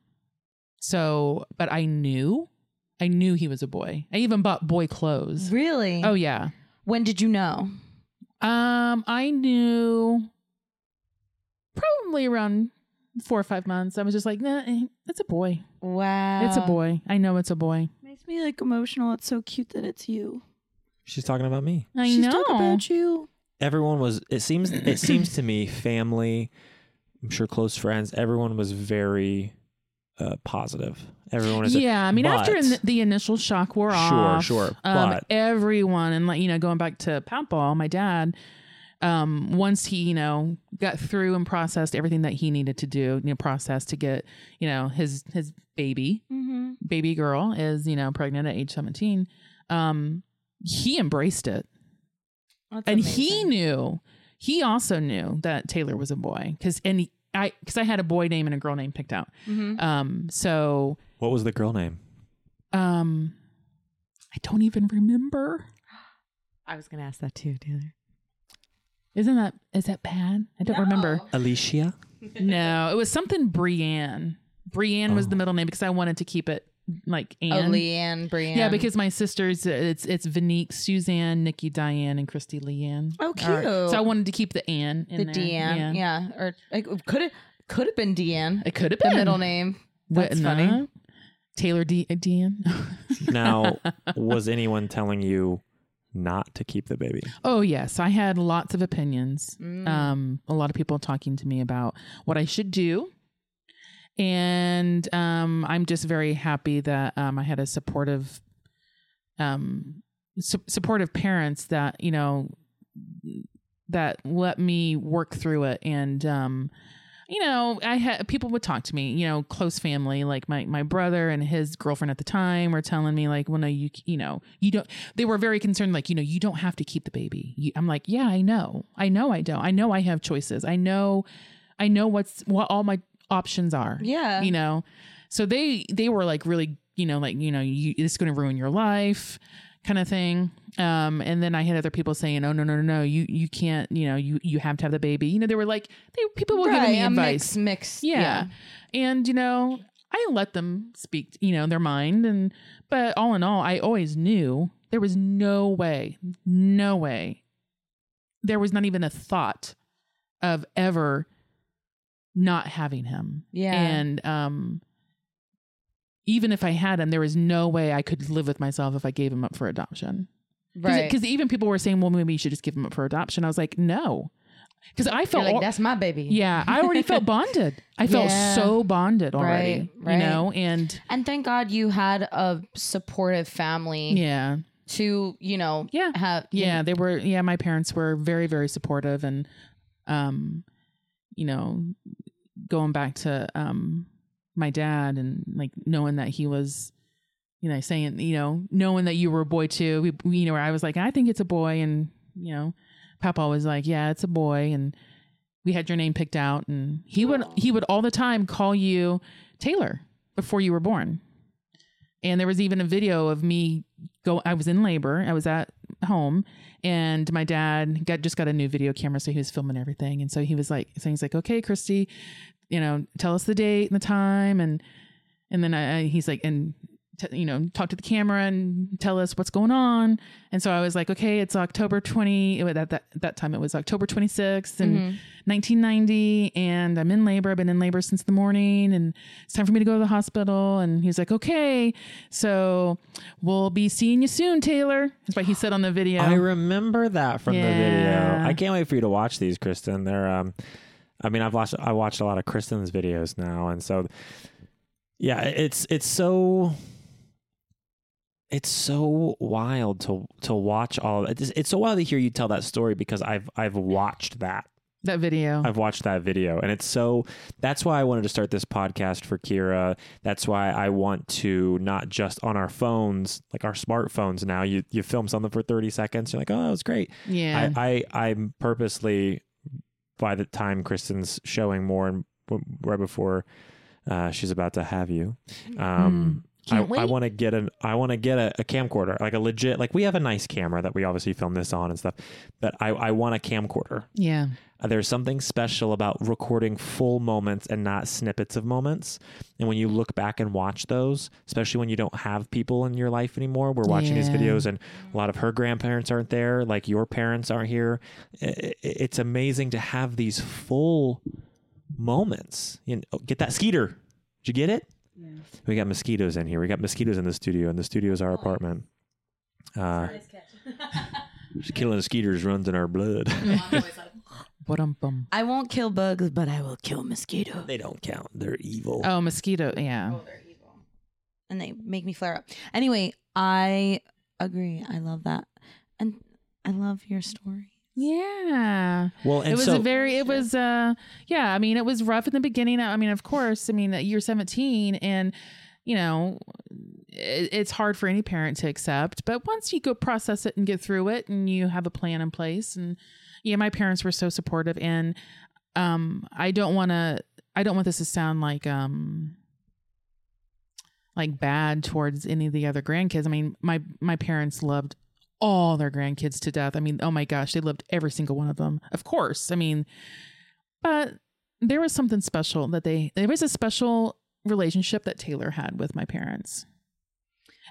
so but I knew I knew he was a boy. I even bought boy clothes. Really? Oh yeah. When did you know? Um I knew probably around 4 or 5 months. I was just like, "Nah, eh, it's a boy. Wow. It's a boy. I know it's a boy." Makes me like emotional. It's so cute that it's you. She's talking about me. I She's know. talking about you. everyone was it seems it seems to me family i'm sure close friends everyone was very uh positive everyone is yeah, I mean, after but- in the initial shock wore sure off, sure um, but everyone and like you know going back to Poundball, my dad um once he you know got through and processed everything that he needed to do you know process to get you know his his baby Mm-hmm. baby girl is you know pregnant at age 17 um he embraced it and he knew he also knew that taylor was a boy because and he, i because i had a boy name and a girl name picked out Mm-hmm. um so what was the girl name um i don't even remember I was gonna ask that too, Taylor. Isn't that is that bad? I don't remember. Oh. alicia No, it was something Brienne. Brienne was the middle name because I wanted to keep it like Oh, Anne. Leanne, Brianne. yeah, because my sisters, uh, it's it's Vanique, Suzanne, Nikki, Diane, and Christy Leanne. Oh, Or- cute. so I wanted to keep the Anne in the there. Deanne. Yeah, or like, could it could have been Deanne. it could have The been middle name. What- That's no. funny. Taylor D- uh, Deanne. now was anyone telling you not to keep the baby oh yes, I had lots of opinions. Mm. um, a lot of people talking to me about what I should do. And um, I'm just very happy that um, I had a supportive, um, su- supportive parents that you know that let me work through it. And um, you know, I had people would talk to me. You know, close family like my my brother and his girlfriend at the time were telling me like, well, no, you you know, you don't they were very concerned like you know you don't have to keep the baby you, i'm like yeah i know i know i don't i know i have choices i know i know what's what all my options are Yeah. you know so they they were like really you know like you know you it's going to ruin your life kind of thing um and then i had other people saying oh no no no no you you can't you know you you have to have the baby you know they were like they people were giving me a advice mix, mix. yeah. And you know, I let them speak, you know, their mind and but all in all, I always knew there was no way, no way. There was not even a thought of ever not having him. Yeah. And um even if I had him, there was no way I could live with myself if I gave him up for adoption. right. Because even people were saying, well, maybe you should just give him up for adoption. I was like, no. Because I You're felt like al- that's my baby. yeah, I already felt bonded. I felt Yeah. so bonded already. Right, right. You know, and And thank God you had a supportive family yeah, to you know Yeah. have yeah, they were. Yeah, my parents were very, very supportive, and um, you know, going back to um, my dad and like knowing that he was, you know, saying, you know, knowing that you were a boy too. We, we- you know, where I was like, I think it's a boy, and you know, Papa was like, yeah, it's a boy, and we had your name picked out, and he would he would all the time call you Taylor before you were born. And there was even a video of me go. I was in labor. I was at home, and my dad got just got a new video camera, so he was filming everything. And so he was like, so he's like, okay, Christy, you know, tell us the date and the time, and and then I, I he's like, and t- you know, talk to the camera and tell us what's going on. And so I was like, okay, it's October twenty. At that, that that time, it was October twenty sixth and nineteen ninety, and I'm in labor. I've been in labor since the morning, and it's time for me to go to the hospital. And he's like, okay, so we'll be seeing you soon, Taylor. That's what he said on the video. I remember that from the Um, Yeah. video. I can't wait for you to watch these, Kristen. They're um I mean I've watched I watched a lot of Kristen's videos now and so yeah, it's it's so it's so wild to to watch all it's, it's so wild to hear you tell that story because I've I've watched that. that video. I've watched that video and it's so that's why I wanted to start this podcast for Kira. That's why I want to not just on our phones, like our smartphones now, you you film something for 30 seconds, you're like, "Oh, that was great." yeah. I, I I'm purposely by the time Kristen's showing more and w- right before uh, she's about to have you. Um I, Hmm. Can't I wait. want to get an I want to get a, a camcorder like a legit like we have a nice camera that we obviously film this on and stuff but I, I want a camcorder yeah. uh, there's something special about recording full moments and not snippets of moments. And when you look back and watch those, especially when you don't have people in your life anymore, we're watching these Yeah. videos and a lot of her grandparents aren't there, like your parents aren't here. I- I- It's amazing to have these full moments. You know, oh, get that skeeter. Did you get it? We got mosquitoes in here. We got mosquitoes in the studio, and the studio is our apartment. Uh, killing skeeters runs in our blood. Mm. What um bum. I won't kill bugs, but I will kill mosquitoes. they don't count. They're evil. Oh, mosquito. Yeah. they're evil. And they make me flare up. Anyway, I agree. I love that. And I love your story. Yeah. Well, and it was so a very it was uh yeah, I mean it was rough in the beginning. I mean, of course, I mean you're 17 and you know it, it's hard for any parent to accept, but once you go process it and get through it and you have a plan in place and yeah, my parents were so supportive and um I don't want to I don't want this to sound like um like bad towards any of the other grandkids. I mean, my my parents loved all their grandkids to death. I mean, oh my gosh, they loved every single one of them. Of course. I mean, but there was something special that they there was a special relationship that Taylor had with my parents.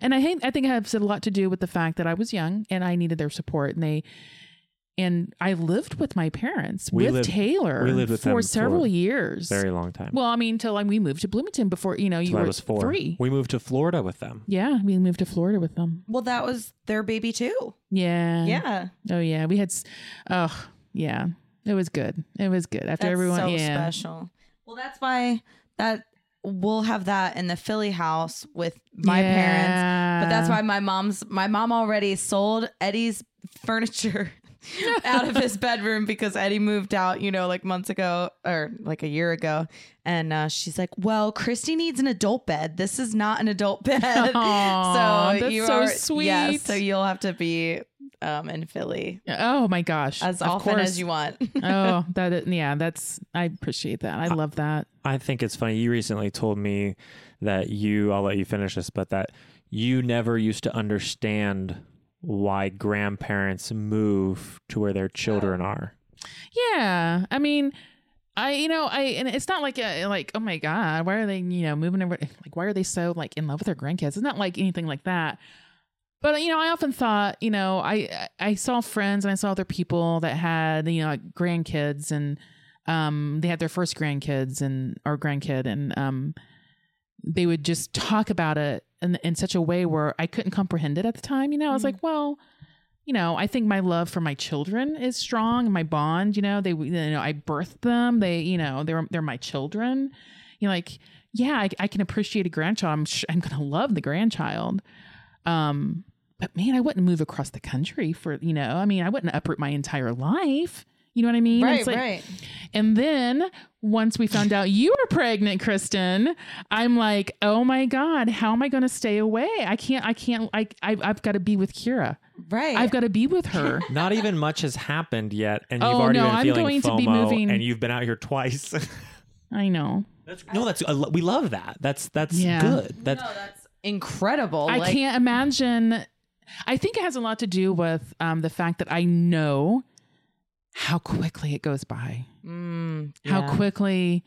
And I hate, I think it has a lot to do with the fact that I was young and I needed their support and they and I lived with my parents We with lived- Taylor we lived with for them several for years. very long time. Well, I mean, till like we moved to Bloomington before you know you Till I were was four. three. We moved to Florida with them. yeah, we moved to Florida with them. Well, that was their baby too. Yeah, yeah. Oh yeah, we had. s- Oh yeah, it was good. It was good after That's everyone. so yeah, special. Well, that's why that we'll have that in the Philly house with my parents. But that's Uh, why my mom's my mom already sold Eddie's furniture out of his bedroom because Eddie moved out, you know, like months ago or like a year ago. And uh, she's like, "Well, Christy needs an adult bed. This is not an adult bed." Aw, so that's you so are, Yeah, sweet. so you'll have to be um, in Philly Oh my gosh, as Of often course. as you want. Uh, oh, that is- yeah, that's I appreciate that. I love that. I think it's funny. You recently told me that you, I'll let you finish this, but that you never used to understand why grandparents move to where their children are. Yeah, I mean, I you know I and it's not like a, like oh my god, why are they you know moving over? Like why are they so like in love with their grandkids? It's not like anything like that. But you know, I often thought you know I I saw friends and I saw other people that had you know like grandkids and um they had their first grandkids and or grandkid and um they would just talk about it in in such a way where I couldn't comprehend it at the time. You know, I was like, well you know, I think my love for my children is strong. My bond, you know, they, you know, I birthed them. They, you know, they're they're my children. You're like, yeah, I, I can appreciate a grandchild. I'm sh- I'm gonna love the grandchild. Um, but man, I wouldn't move across the country for you know. I mean, I wouldn't uproot my entire life. You know what I mean? It's like- and then once we found out you were pregnant, Kristen, I'm like, oh my god, how am I going to stay away? I can't. I can't. I, I I've got to be with Kira. Right. I've got to be with her. Not even much has happened yet, and Oh, you've already no, been I'm feeling going to FOMO, be moving- and you've been out here twice. I know. that's, no, that's I lo- we love that. That's that's Yeah. good. That's incredible. I like- can't imagine. I think it has a lot to do with um, the fact that I know how quickly it goes by, Mm, how yeah. quickly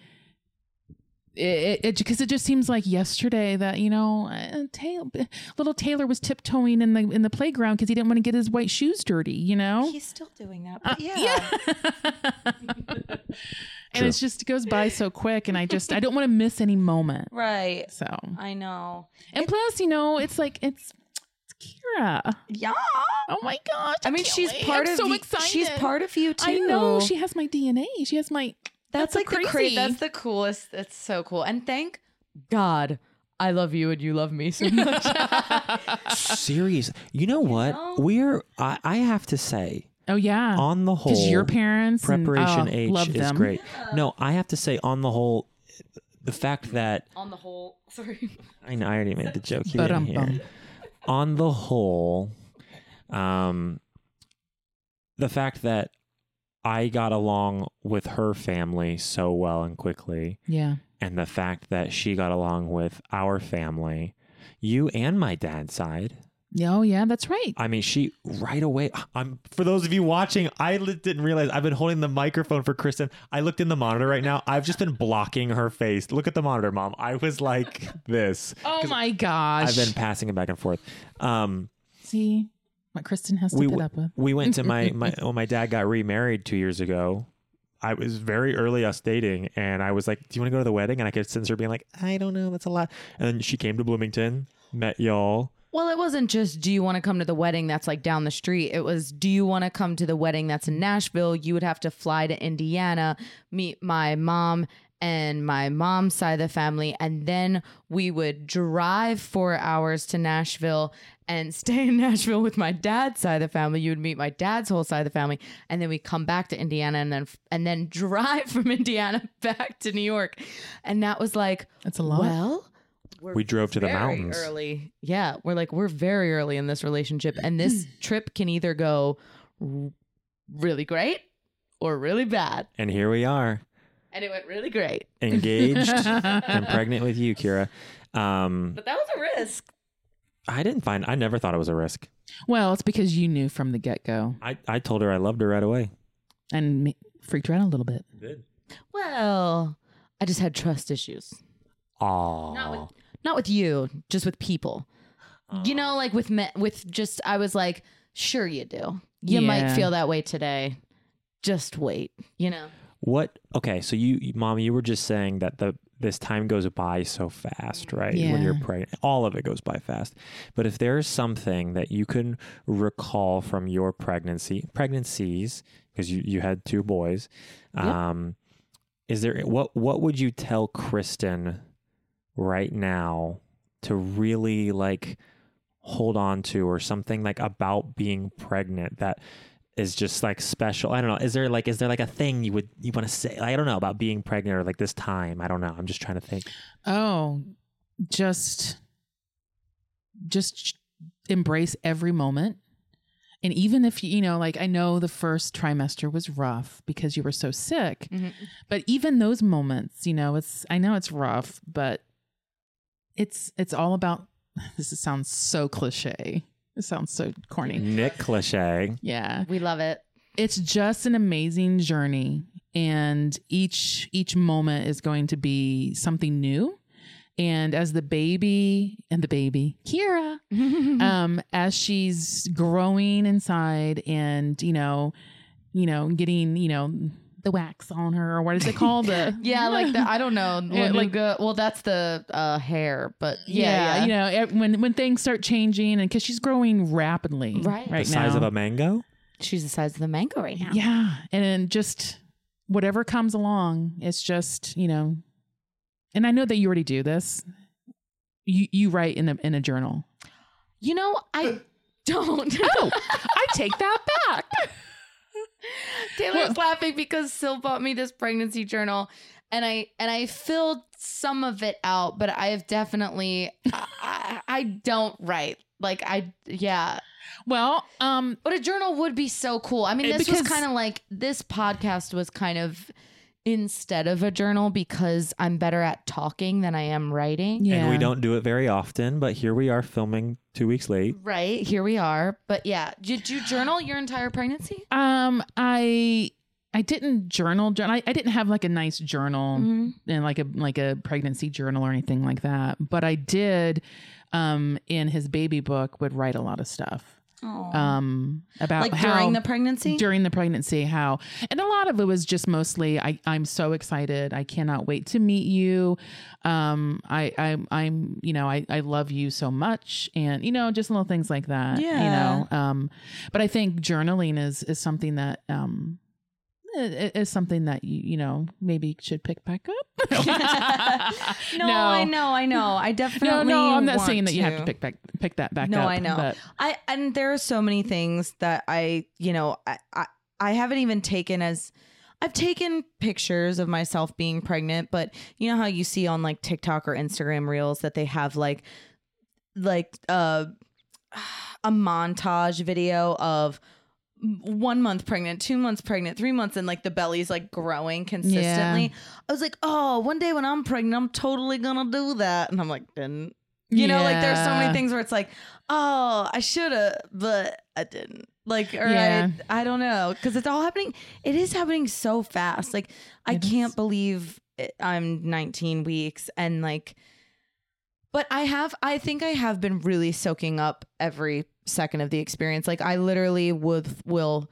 it because it, just seems like yesterday that you know uh, Taylor, little Taylor was tiptoeing in the in the playground because he didn't want to get his white shoes dirty. You know, He's still doing that. Uh, But yeah. and it's just it goes by so quick, and I just I don't want to miss any moment. Right. So I know. and plus, you know, it's like it's it's Kira. Yeah. Oh my gosh! I mean, can't she's wait. part I'm of so you- excited. she's part of you too. I know she has my DNA. She has my. That's, like the crazy. That's the coolest. That's so cool. And thank God, I love you and you love me so much. Uh, Serious. You know what? know? We're I, I have to say oh yeah. on the whole because your parents and- preparation oh, age love is them. great. No, I have to say on the whole the fact that On the whole, sorry. I know I already made the joke. You didn't hear. Ba-dum-bum. on the whole, um, the fact that I got along with her family so well and quickly, Yeah. and the fact that she got along with our family, you and my dad's side. Yeah, Oh yeah, that's right. I mean, she right away. I'm for those of you watching. I li- didn't realize I've been holding the microphone for Kristen. I looked in the monitor right now. I've just been blocking her face. Look at the monitor, mom. I was like this. Oh 'Cause my gosh. I've been passing it back and forth. Um, See what Kristen has to We put w- up with. we went to my my when my dad got remarried two years ago. I was very early us dating, and I was like, "Do you want to go to the wedding?" And I could sense her being like, "I don't know, that's a lot." And then she came to Bloomington, met y'all. Well, it wasn't just do you want to come to the wedding that's like down the street. It was do you want to come to the wedding that's in Nashville? You would have to fly to Indiana, meet my mom and my mom's side of the family, and then we would drive four hours to Nashville and stay in Nashville with my dad's side of the family. You would meet my dad's whole side of the family, and then we come back to Indiana and then and then drive from Indiana back to New York. And that was like That's a lot. Well, We drove to the very mountains. early. Yeah, we're like we're very early in this relationship, and this trip can either go r- really great or really bad, And here we are, and it went really great. engaged and pregnant with you, Kira. Um, But that was a risk. I didn't find. I never thought it was a risk. well, it's because you knew from the get go I I told her I loved her right away. and ma- freaked her out a little bit. Well, I just had trust issues. Aw. Not with not with you, just with people. You know, like with me, with just I was like, sure you do. You might Yeah. feel that way today. Just wait. You know. What? Okay, so you, you- mom, you were just saying that the this time goes by so fast, right? When you're Yeah. pregnant, all of it goes by fast. But if there's something that you can recall from your pregnancy, pregnancies, because you you had two boys, um, is there what what would you tell Kristen right now to really like hold on to or something like about being pregnant that is just like special. I don't know. Is there like is there like a thing you would you want to say? I don't know about being pregnant or like this time. I don't know. I'm just trying to think. Oh, just just embrace every moment. And even if you, you know, like I know the first trimester was rough because you were so sick, Mhm. but even those moments, you know, it's I know it's rough, but it's it's all about this is- sounds so cliche. It sounds so corny. Nick cliche. Yeah We love it. it's just an amazing journey and each each moment is going to be something new and as the baby and the baby kira Mm-hmm. um as she's growing inside and you know you know getting you know the wax on her or what is it called the Yeah, like the I don't know, Yeah, like- Lanuga- well, that's the uh, hair, but yeah, you know ev- when when things start changing and because she's growing rapidly Right. right the now size of a mango. she's the size of the mango right now. Yeah. And then just whatever comes along, it's just, you know, and I know that you already do this. You you write in a in a journal. You know, I don't. Oh, I take that back. Taylor's laughing because Sil bought me this pregnancy journal, and I and I filled some of it out, but I have definitely I, I don't write like I yeah. Well, um, But a journal would be so cool. I mean, Eh, this was because- kind of like this podcast was kind of instead of a journal because I'm better at talking than I am writing. yeah. And we don't do it very often, but here we are filming two weeks late. Right, here we are. But yeah, did you journal your entire pregnancy? Um, I I I didn't journal. jour- I, I didn't have like a nice journal Mm. and like a like a pregnancy journal or anything like that. But I did, um, in his baby book, would write a lot of stuff. Mm-hmm. Um, about Like how, during the pregnancy? during the pregnancy how and a lot of it was just mostly i i'm so excited i cannot wait to meet you um i i'm i'm you know i i love you so much and you know just little things like that Yeah. you know um but i think journaling is is something that um i- i- is something that you you know maybe should pick back up no, I know, I know. I definitely no, no, I'm not want saying that you have to pick back pick that back no, up. I know. but- I and there are so many things that I, you know, I, I I haven't even taken as I've taken pictures of myself being pregnant, but you know how you see on like TikTok or Instagram reels that they have like like uh a montage video of one month pregnant, two months pregnant, three months, and like the belly's like growing consistently. Yeah. I was like, oh, one day when I'm pregnant, I'm totally gonna do that. And I'm like, didn't. You know, like there's so many Yeah. things where it's like, oh, I should have, but I didn't. Like, or Yeah. I, I don't know, because it's all happening. It is happening so fast. Like, I It can't is. believe it, I'm 19 weeks and like, but I have, I think I have been really soaking up every second of the experience. Like, I literally would will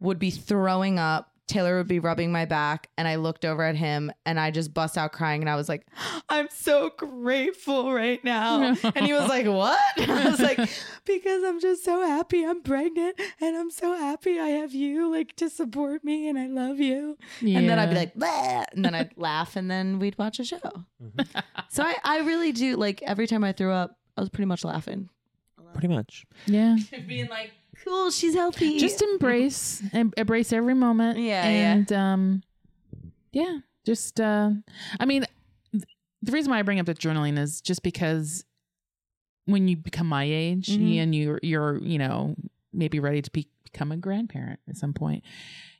would be throwing up. Taylor would be rubbing my back, and I looked over at him and I just bust out crying. And I was like, I'm so grateful right now. and he was like, What? And I was like, Because I'm just so happy I'm pregnant and I'm so happy I have you like to support me and I love you. And then I'd be Yeah. like, "Bleh," and then I'd laugh and then we'd watch a show. Mm-hmm. so I, I really do like every time I threw up, I was pretty much laughing. Pretty much. yeah. Being like, Cool, she's healthy. just embrace em- embrace every moment Yeah, yeah. and um yeah just uh i mean th- the reason why i bring up the journaling is just because when you become my age Mhm. and you're you're you know maybe ready to be, become a grandparent at some point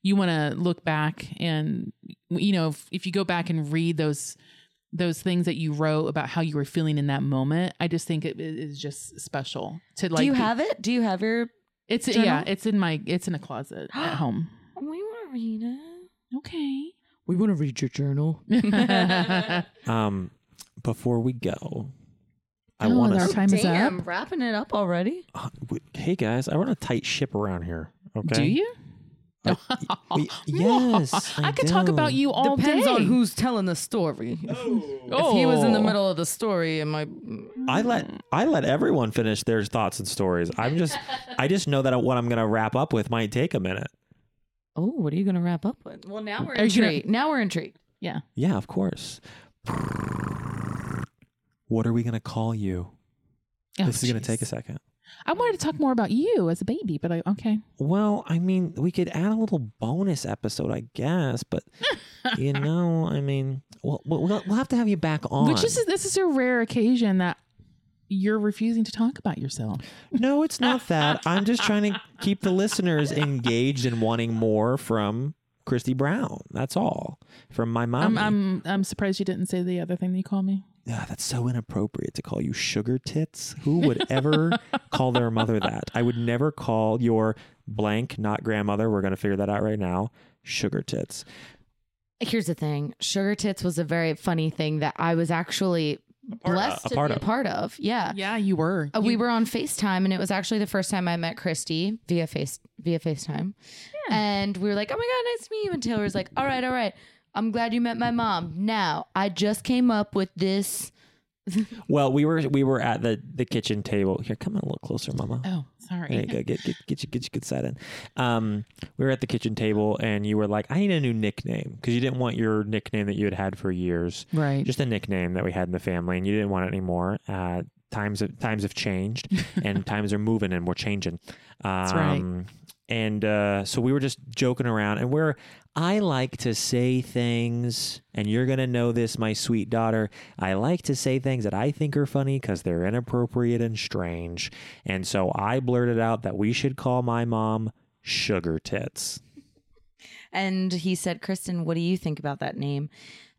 you want to look back and you know if, if you go back and read those those things that you wrote about how you were feeling in that moment i just think it it is just special to like Do you be- have it? Do you have your it's yeah, journal? it's in my it's in a closet at home. We wanna read it. Okay. We wanna read your journal. Um, before we go, I Oh, want is to. our time is up. Damn, wrapping it up already. Uh, w- hey guys, I run a tight ship around here. Okay. Do you? Uh, y- yes, I, I could talk do. about you all Depends day. on who's telling the story. Oh. If he was in the middle of the story, it might. I let Hmm. I let everyone finish their thoughts and stories. I'm just I just know that what I'm going to wrap up with might take a minute. Oh, what are you going to wrap up with? Well, now we're Are you gonna- intrigued. now we're intrigued. Yeah. Yeah, of course. What are we going to call you? Oh, this is going to take a jeez. second. I wanted to talk more about you as a baby, but I okay. Well, I mean, we could add a little bonus episode, I guess, but you know, I mean, we'll, we'll, we'll have to have you back on. Which is this is a rare occasion that you're refusing to talk about yourself. no, it's not that. I'm just trying to keep the listeners engaged and wanting more from Christy Brown. That's all. From my mom. I'm I'm I'm surprised you didn't say the other thing that you call me. Ah, that's so inappropriate to call you sugar tits. Who would ever call their mother that? I would never call your blank, not grandmother. We're going to figure that out right now. Sugar tits. Here's the thing Sugar Tits was a very funny thing that I was actually part of- blessed a to part be a of. part of. Yeah. Yeah, you were. Uh, we You- were on FaceTime, and it was actually the first time I met Christy via face via FaceTime. And we were like, "Oh my god, nice to meet you!" And Taylor was like, "All right, all right, I'm glad you met my mom." Now I just came up with this. Well, we were we were at the, the kitchen table. Here, come in a little closer, Mama. Oh, There you sorry. go. Get get get you get you good side in. Um, we were at the kitchen table, and you were like, "I need a new nickname," because you didn't want your nickname that you had had for years, Right. just a nickname that we had in the family, and you didn't want it anymore. Uh, times have times have changed, and times are moving, and we're changing. Um, right. And uh, so we were just joking around, and we're. I like to say things, and you're gonna know this, my sweet daughter. I like to say things that I think are funny because they're inappropriate and strange. And so I blurted out that we should call my mom Sugar Tits. And he said, "Kristen, what do you think about that name?"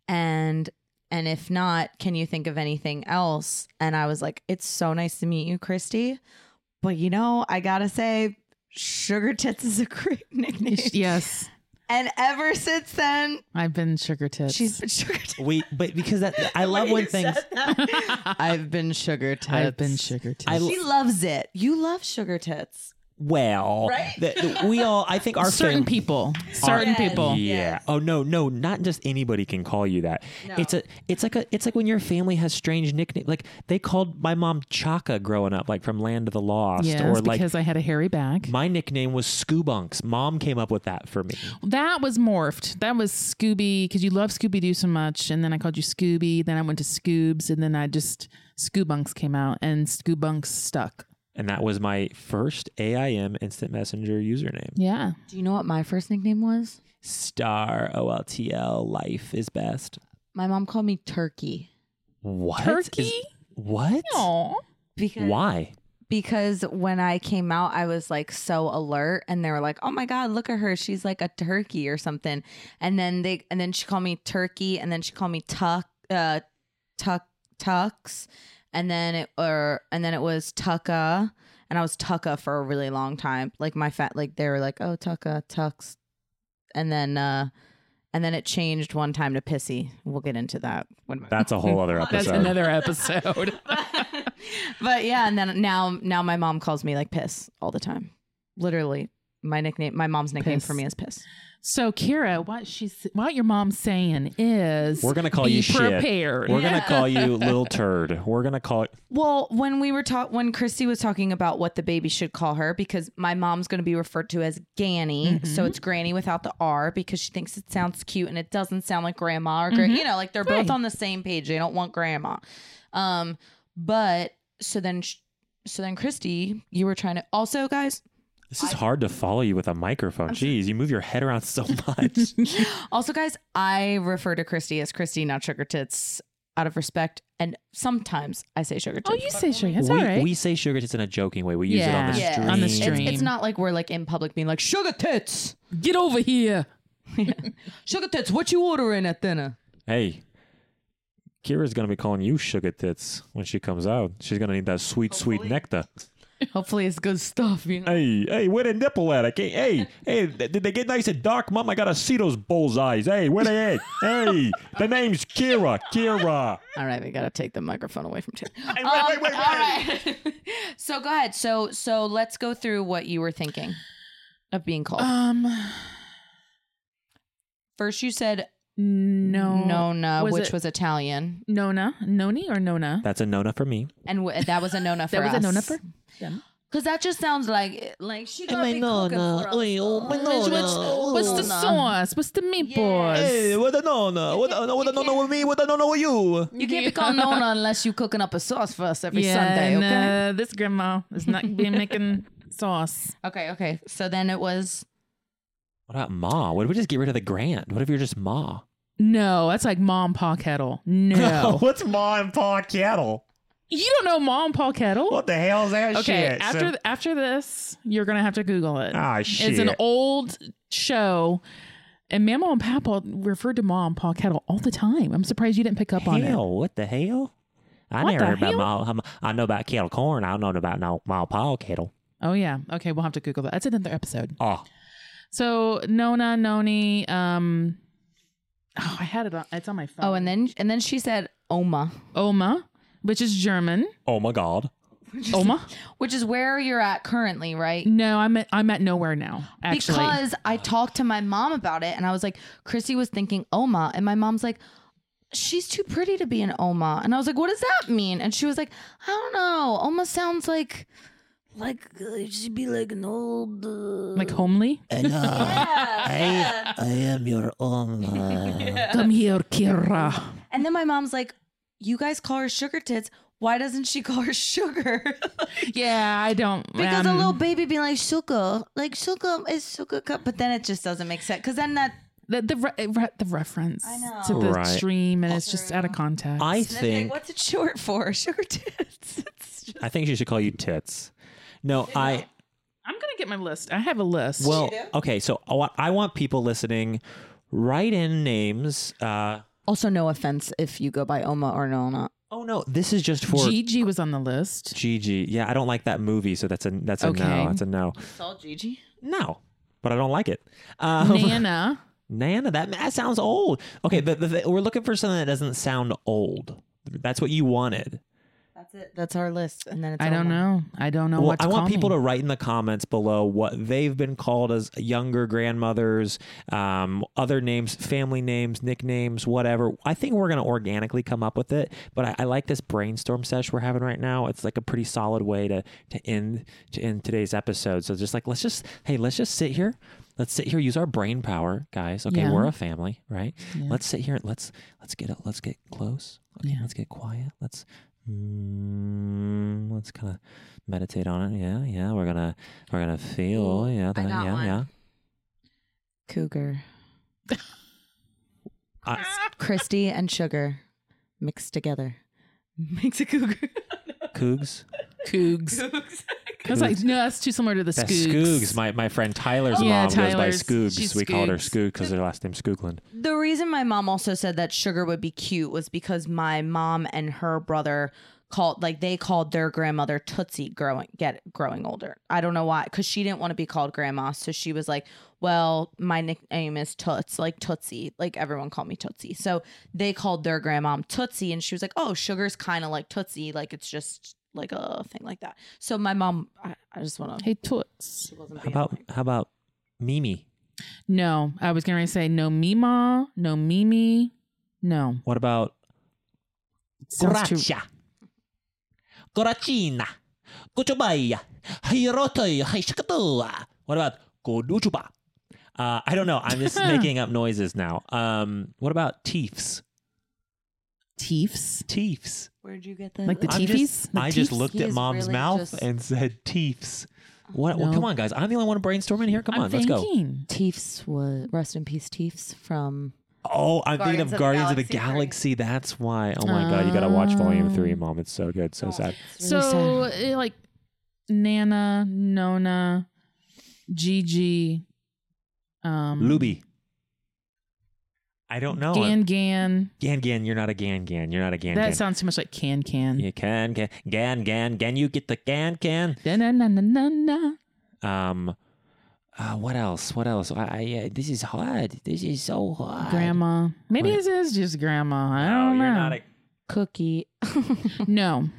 And and if not, can you think of anything else? And I was like, "It's so nice to meet you, Christy, but you know, I gotta say, Sugar Tits is a great nickname." yes. And ever since then, I've been sugar tits. she's been sugar tits. We, but because that, I love when things. I've been sugar tits. I've been sugar tits. She loves it. You love sugar tits. Well, Right? that- that we all. I think our certain fam- people. Certain Yes. people. Yeah. Oh no, no, not just anybody can call you that. It's a it's like a it's like when your family has strange nicknames. Like they called my mom Chaka growing up, like from Land of the Lost. Yes, or like because I had a hairy back. my nickname was Scoobunks. Mom came up with that for me. That was morphed. That was Scooby because you love Scooby Doo so much, and then I called you Scooby. Then I went to Scoobs, and then I just Scoobunks came out, and Scoobunks stuck. And that was my first AIM instant messenger username. Yeah, Do you know what my first nickname was? Star OLTL life is best. My mom called me Turkey What? is- Turkey. what? Aw. because Why? because when I came out, I was like so alert, and they were like, "Oh my god, look at her! She's like a turkey or something." And then they, and then she called me turkey, and then she called me tuck, uh, tuck, tucks, and then it or and then it was tucka, and I was tucka for a really long time. Like my fat, like they were like, "Oh tucka, tucks," and then uh, and then it changed one time to pissy. We'll get into that. When my- That's a whole other That's episode. another episode. but yeah, and then now now my mom calls me like piss all the time. Literally, my nickname, my mom's nickname Piss. for me is piss. so Kira, what she's what your mom's saying is We're gonna call be you shit. prepared. We're gonna call you Lil Turd. We're gonna call it Well, when we were taught, when Christy was talking about what the baby should call her, because my mom's going to be referred to as Ganny, Mm-hmm. so it's Granny without the R because she thinks it sounds cute and it doesn't sound like Grandma or gra- Mm-hmm. you know, like they're both on the same page. They don't want Grandma. Um, but so then, sh- so then Christy, you were trying to also, guys. This is hard to follow you with a microphone. Jeez, you move your head around so much. Also, guys, I refer to Christy as Christy, not Sugar Tits, out of respect. And sometimes I say Sugar Oh, Tits. you say sugar. That's we, all right. we say sugar tits in a joking way. We use it on the Yeah. stream. Yeah. On the it's, stream. it's not like we're like in public being like Sugar Tits, Get over here. Sugar Tits. What you ordering at dinner? Hey, Kira's gonna be calling you sugar tits when she comes out. She's gonna need that sweet, sweet nectar. Hopefully, it's good stuff. You know. Hey, hey, where the nipple at? I can't, hey, hey, th- did they get nice and dark? Mom, I gotta see those bullseyes. Hey, where they at? hey, the name's Kira. Kira. All right, we gotta take the microphone away from Tim. Hey, wait, wait, wait, wait. All right. so go ahead. So so let's go through what you were thinking of being called. Um, First, you said no, Nona, was which it- was Italian, Nona, Noni, or Nona. That's a Nona for me. and w- that was a Nona for That was a us. Nona for them. Cause that just sounds like like she gonna be cooking for us. What's, what's, what's the Nona. sauce? What's the meatballs? what a Nona? What a, what a Nona with me? What a Nona with you? You can't be called Nona unless you cooking up a sauce for us every Yeah, Sunday. and, Okay. uh, this grandma is not being making sauce. Okay. Okay. So then it was What about Ma? What if we just get rid of the grant? What if you're just Ma? No, that's like mom paw kettle. No, What's Ma and Pa Kettle? you don't know mom paw kettle. What the hell's that okay, shit? after th- after this, you're gonna have to Google it. Ah, It's an shit. old show. And Mama and Papa referred to Mom Paw Kettle all the time. I'm surprised you didn't pick up on it. hell, what the hell? I What never the heard about hell? Ma. I'm- I know about kettle corn. I don't know about no, Ma Pa Kettle. Oh yeah. Okay, we'll have to Google that. That's another episode. Oh, So Nona, Noni, um Oh, I had it on it's on my phone. oh, and then and then she said Oma, Oma, which is German. oh my God. Oma? which is where you're at currently, right? No, I'm at I'm at nowhere now. Actually. Because I talked to my mom about it, and I was like, Chrissy was thinking Oma, and my mom's like. She's too pretty to be an Oma. And I was like, what does that mean? And she was like, I don't know. Oma sounds like, like, uh, she'd be like an old. Uh, like homely. uh, I, I am your own. uh, Uh, Come here, Kira. And then my mom's like, "You guys call her sugar tits. Why doesn't she call her sugar?" Yeah, I don't because a um, little baby be like sugar, like sugar is sugar cup, but then it just doesn't make sense. Because then that the the, re- re- the reference know. to the Right. stream and it's just out of context. I then they're like, think what's it short for? Sugar tits. It's just- I think she should call you tits. No, I I'm gonna get my list. I have a list. well okay. So I want, I want people listening write in names. Uh, also, no offense if you go by Oma or Nona. oh no, this is just for Gigi was on the list. Gigi. Yeah, I don't like that movie, so that's a that's a Okay. no. That's a no. Saw Gigi. No. but I don't like it. Um, Nana. Nana, that, that sounds old. Okay, the, the, the- we're looking for something that doesn't sound old. That's what you wanted. That's it. That's our list. And then it's I don't know. I don't know Well, what to I want call people me. to write in the comments below what they've been called as younger grandmothers, um, other names, family names, nicknames, whatever. I think we're going to organically come up with it, but I, I like this brainstorm sesh we're having right now. It's like a pretty solid way to to end to end today's episode. So just like let's just hey, let's just sit here. Let's sit here, use our brain power, guys. Okay, Yeah. we're a family, right? Yeah. Let's sit here and let's let's get let's get close. Okay, Yeah. let's get quiet. Let's mm, let's kind of meditate on it. Yeah, yeah. We're gonna we're gonna feel. Yeah, that, got yeah, one. yeah. Cougar, I, Christy, and Sugar mixed together makes a cougar. Cougs. Cougs. I was like, no, that's too similar to the That's Skoogs. Skoogs. My my friend Tyler's Oh. Yeah, mom goes by Tyler's. Skoogs. She's Oh, we called her Skoogs. Skoog because her last name's Skoogland. The reason my mom also said that sugar would be cute was because my mom and her brother called like they called their grandmother Tootsie growing get growing older. I don't know why cuz she didn't want to be called grandma, so she was like, "Well, my nickname is Toots, like Tootsie, like everyone called me Tootsie." So they called their grandma Tootsie and she was like, "Oh, sugar's kind of like Tootsie, like it's just like a thing like that." So my mom I, I just want to Hey, Toots. How about how about Mimi? No, I was going to say no Mima, no Mimi. No. What about Sounds too- Gracia? Goracina. Gochobaya. Hirotoy. Hishikatua. What about Goduchuba? Uh, I don't know. I'm just making up noises now. Um, what about teeths? Teefs. Teeths. Where'd you get that? Like the I'm teepees? just- The I just teeths? looked He at is mom's really mouth just- and said teeths. What? Well, No. come on, guys. I'm the only one brainstorming here. Come I'm on, let's go. thinking. Teefs was rest in peace Teefs from Oh, I'm thinking of Guardians of the Galaxy Galaxy. That's why. Oh my god, you gotta watch Volume Three, Mom. It's so good, Oh, so sad. So, eh, like Nana, Nona, Gigi, um, Luby. I don't know. Gan Gan. Gan Gan, you're not a Gan Gan. You're not a Oh, Gan that Gan. sounds too much like Can Can. You can, can, Gan Gan, Gan, you get the Gan Gan. Da-na-na-na-na-na. Um, uh, what else? What else? I, I uh, This is hard. This is so hard. Grandma. Maybe Wait. it is just grandma. I No, don't know. you're not a cookie. no.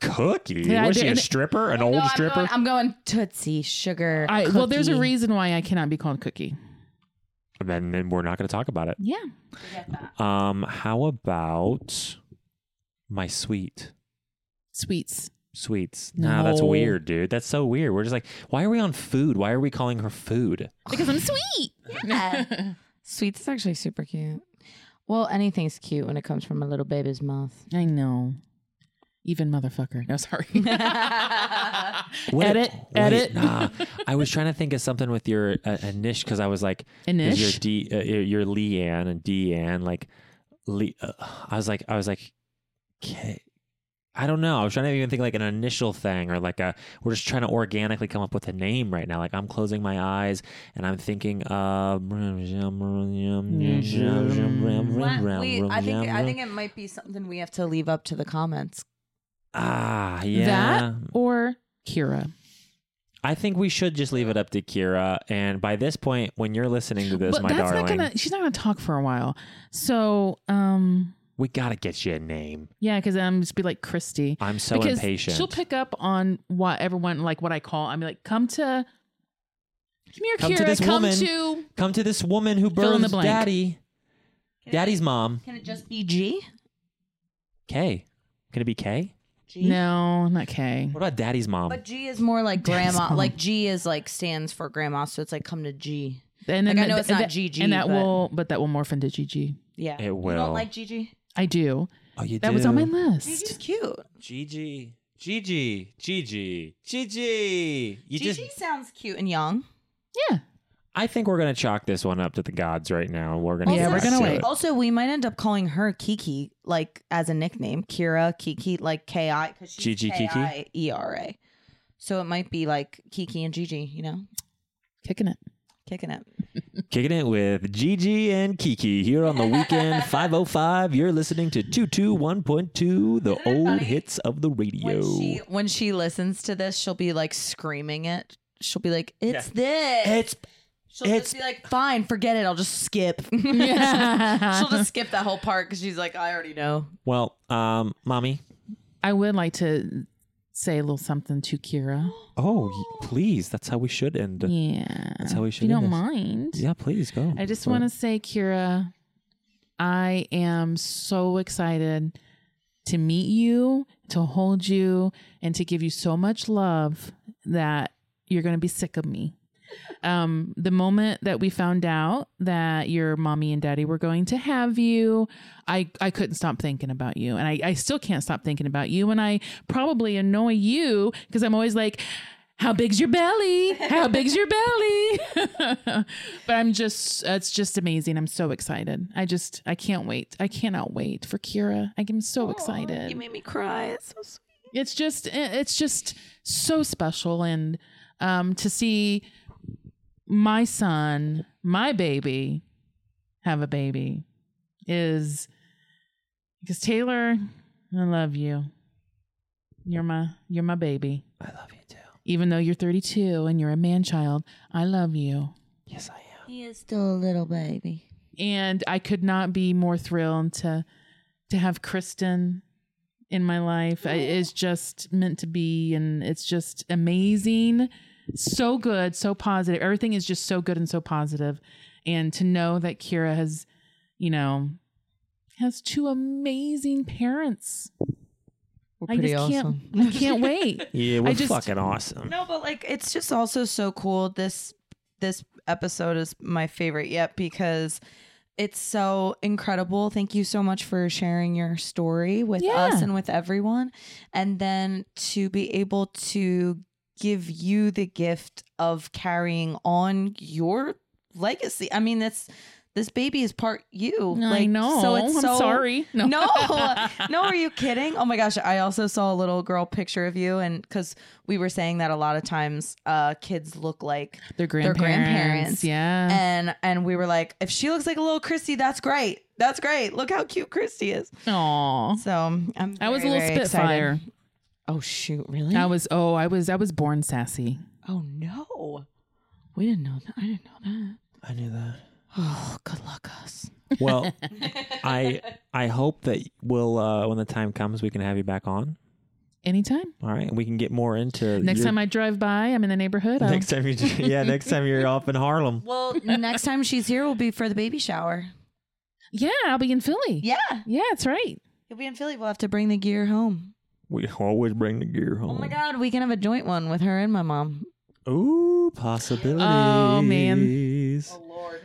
cookie. Yeah, I Was she a did- stripper? An old stripper? I'm going Tootsie sugar. I, well, there's a cookie. reason why I cannot be called Cookie. Then, then we're not gonna talk about it. Yeah. Um, how about my sweet? Sweets. Sweets. Nah, that's No. weird, dude. That's so weird. We're just like, why are we on food? Why are we calling her food? Because I'm sweet. Yeah. Sweets is actually super cute. Well, anything's cute when it comes from a little baby's mouth. I know. Even motherfucker. No, sorry. Wait, edit, wait, edit. Nah, I was trying to think of something with your uh, a niche because I was like, is your Anish. D, uh, your Leanne and Deanne like, Le, uh, I was like, I was like, K- I don't know. I was trying to even think like an initial thing or like a. We're just trying to organically come up with a name right now. Like I'm closing my eyes and I'm thinking. Uh, Mm-hmm. I think I think it might be something we have to leave up to the comments. Ah, yeah. That or Kira. I think we should just leave it up to Kira. And by this point, when you're listening to this, but my that's darling, not gonna she's not gonna talk for a while. So um we gotta get you a name. yeah, because I'm just be like Christy. I'm so because impatient. She'll pick up on what everyone like what I call. I'm like, come to Come here, Come Kira. to this come woman. to Come to this woman who Fill in the birthed blank. Daddy, Daddy's mom. Can it just be G? K. Can it be K? G? No, not Kay. What about Daddy's mom? But G is more like grandma. Mom. Like G is like stands for grandma, so it's like come to G. And Like, I know th- it's not that- GG, And that but- will but that will morph into GG. Yeah. It You will. don't like Gigi? I do. oh, you That was on my do. Gigi's list. cute. Gigi. Gigi. Gigi. Gigi. You Gigi just. sounds cute and young. Yeah. I think we're gonna chalk this one up to the gods right now. We're gonna. Yeah, get we're back gonna to wait. it. Also, we might end up calling her Kiki, like as a nickname, Kira Kiki, like K I, because she's Gigi Kiki? E R A. So it might be like Kiki and Gigi, you know, Kicking it. kicking it. Kicking it with Gigi and Kiki here on the weekend 505. You're listening to 221.2, the Isn't it old funny? hits of the radio. When she when she listens to this, she'll be like screaming it. She'll be like, "It's this, It's She'll It's- just be like, fine, forget it. I'll just skip. Yeah. She'll just skip that whole part because she's like, I already know. Well, um, mommy. I would like to say a little something to Kira. Oh, y- please. That's how we should end. Yeah. That's how we If should you end don't this. mind. Yeah, please go. I just want to say, Kira, I am so excited to meet you, to hold you, and to give you so much love that you're going to be sick of me. Um, the moment that we found out that your mommy and daddy were going to have you, I, I couldn't stop thinking about you. And I, I still can't stop thinking about you. And I probably annoy you because I'm always like, how big's your belly? How big's your belly? but I'm just, it's just amazing. I'm so excited. I just, I can't wait. I cannot wait for Kira. I'm so excited. You made me cry. It's so sweet. It's just, eh, it's just so special. And um, to see my son, my baby, have a baby is because Taylor, I love you. You're my you're my baby. I love you too. Even though you're 32 and you're a man child, I love you. Yes, I am. He is still a little baby. And I could not be more thrilled to to have Kristen in my life. I- It's just meant to be and it's just amazing. So good, so positive. Everything is just so good and so positive. And to know that Kira has, you know, has two amazing parents. We're I just can't I can't wait. Yeah, we're just- fucking awesome. No, but like it's just also so cool. This this episode is my favorite yet because it's so incredible. Thank you so much for sharing your story with Yeah. us and with everyone. And then to be able to give you the gift of carrying on your legacy. I mean, that's this baby is part you. I know. So it's I'm so sorry. No. no, no, are you kidding? Oh my gosh, I also saw a little girl picture of you, and because we were saying that a lot of times, uh, kids look like, Their grandparents. grandparents. Yeah. and and we were like, if she looks like a little Christy, that's great. That's great. Look how cute Christy is. Aw. So I'm. I was a very, little very spitfire. excited. Oh shoot, really? I was oh, I was I was born sassy. oh no, we didn't know that. I didn't know that. I knew that. Oh, good luck us. Well, I I hope that we'll uh, when the time comes we can have you back on. Anytime. All right, and we can get more into Next your- time I drive by, I'm in the neighborhood. I'll- next time you yeah next time you're off in Harlem. Well, next time she's here will be for the baby shower. yeah, I'll be in Philly. Yeah, Yeah, that's right. you'll be in Philly. We'll have to bring the gear home. We always bring the gear home. Oh my god, we can have a joint one with her and my mom. Ooh, possibilities. Oh, man. Oh, lord.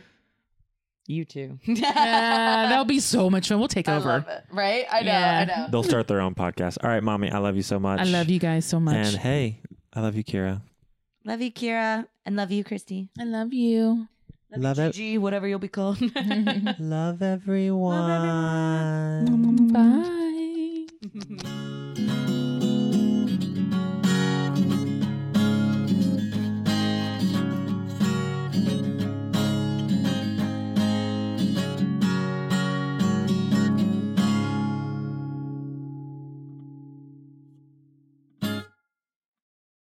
You too. Yeah, that'll be so much fun. We'll take over. it. Right? I know, I Yeah. They'll start their own podcast. All right, mommy, I love you so much. I love you guys so much. And hey, I love you, Kira. Love you, Kira. And love you, Christy. I love you. Love it. G, whatever you'll be called. Love everyone. Mm. Bye. Bye.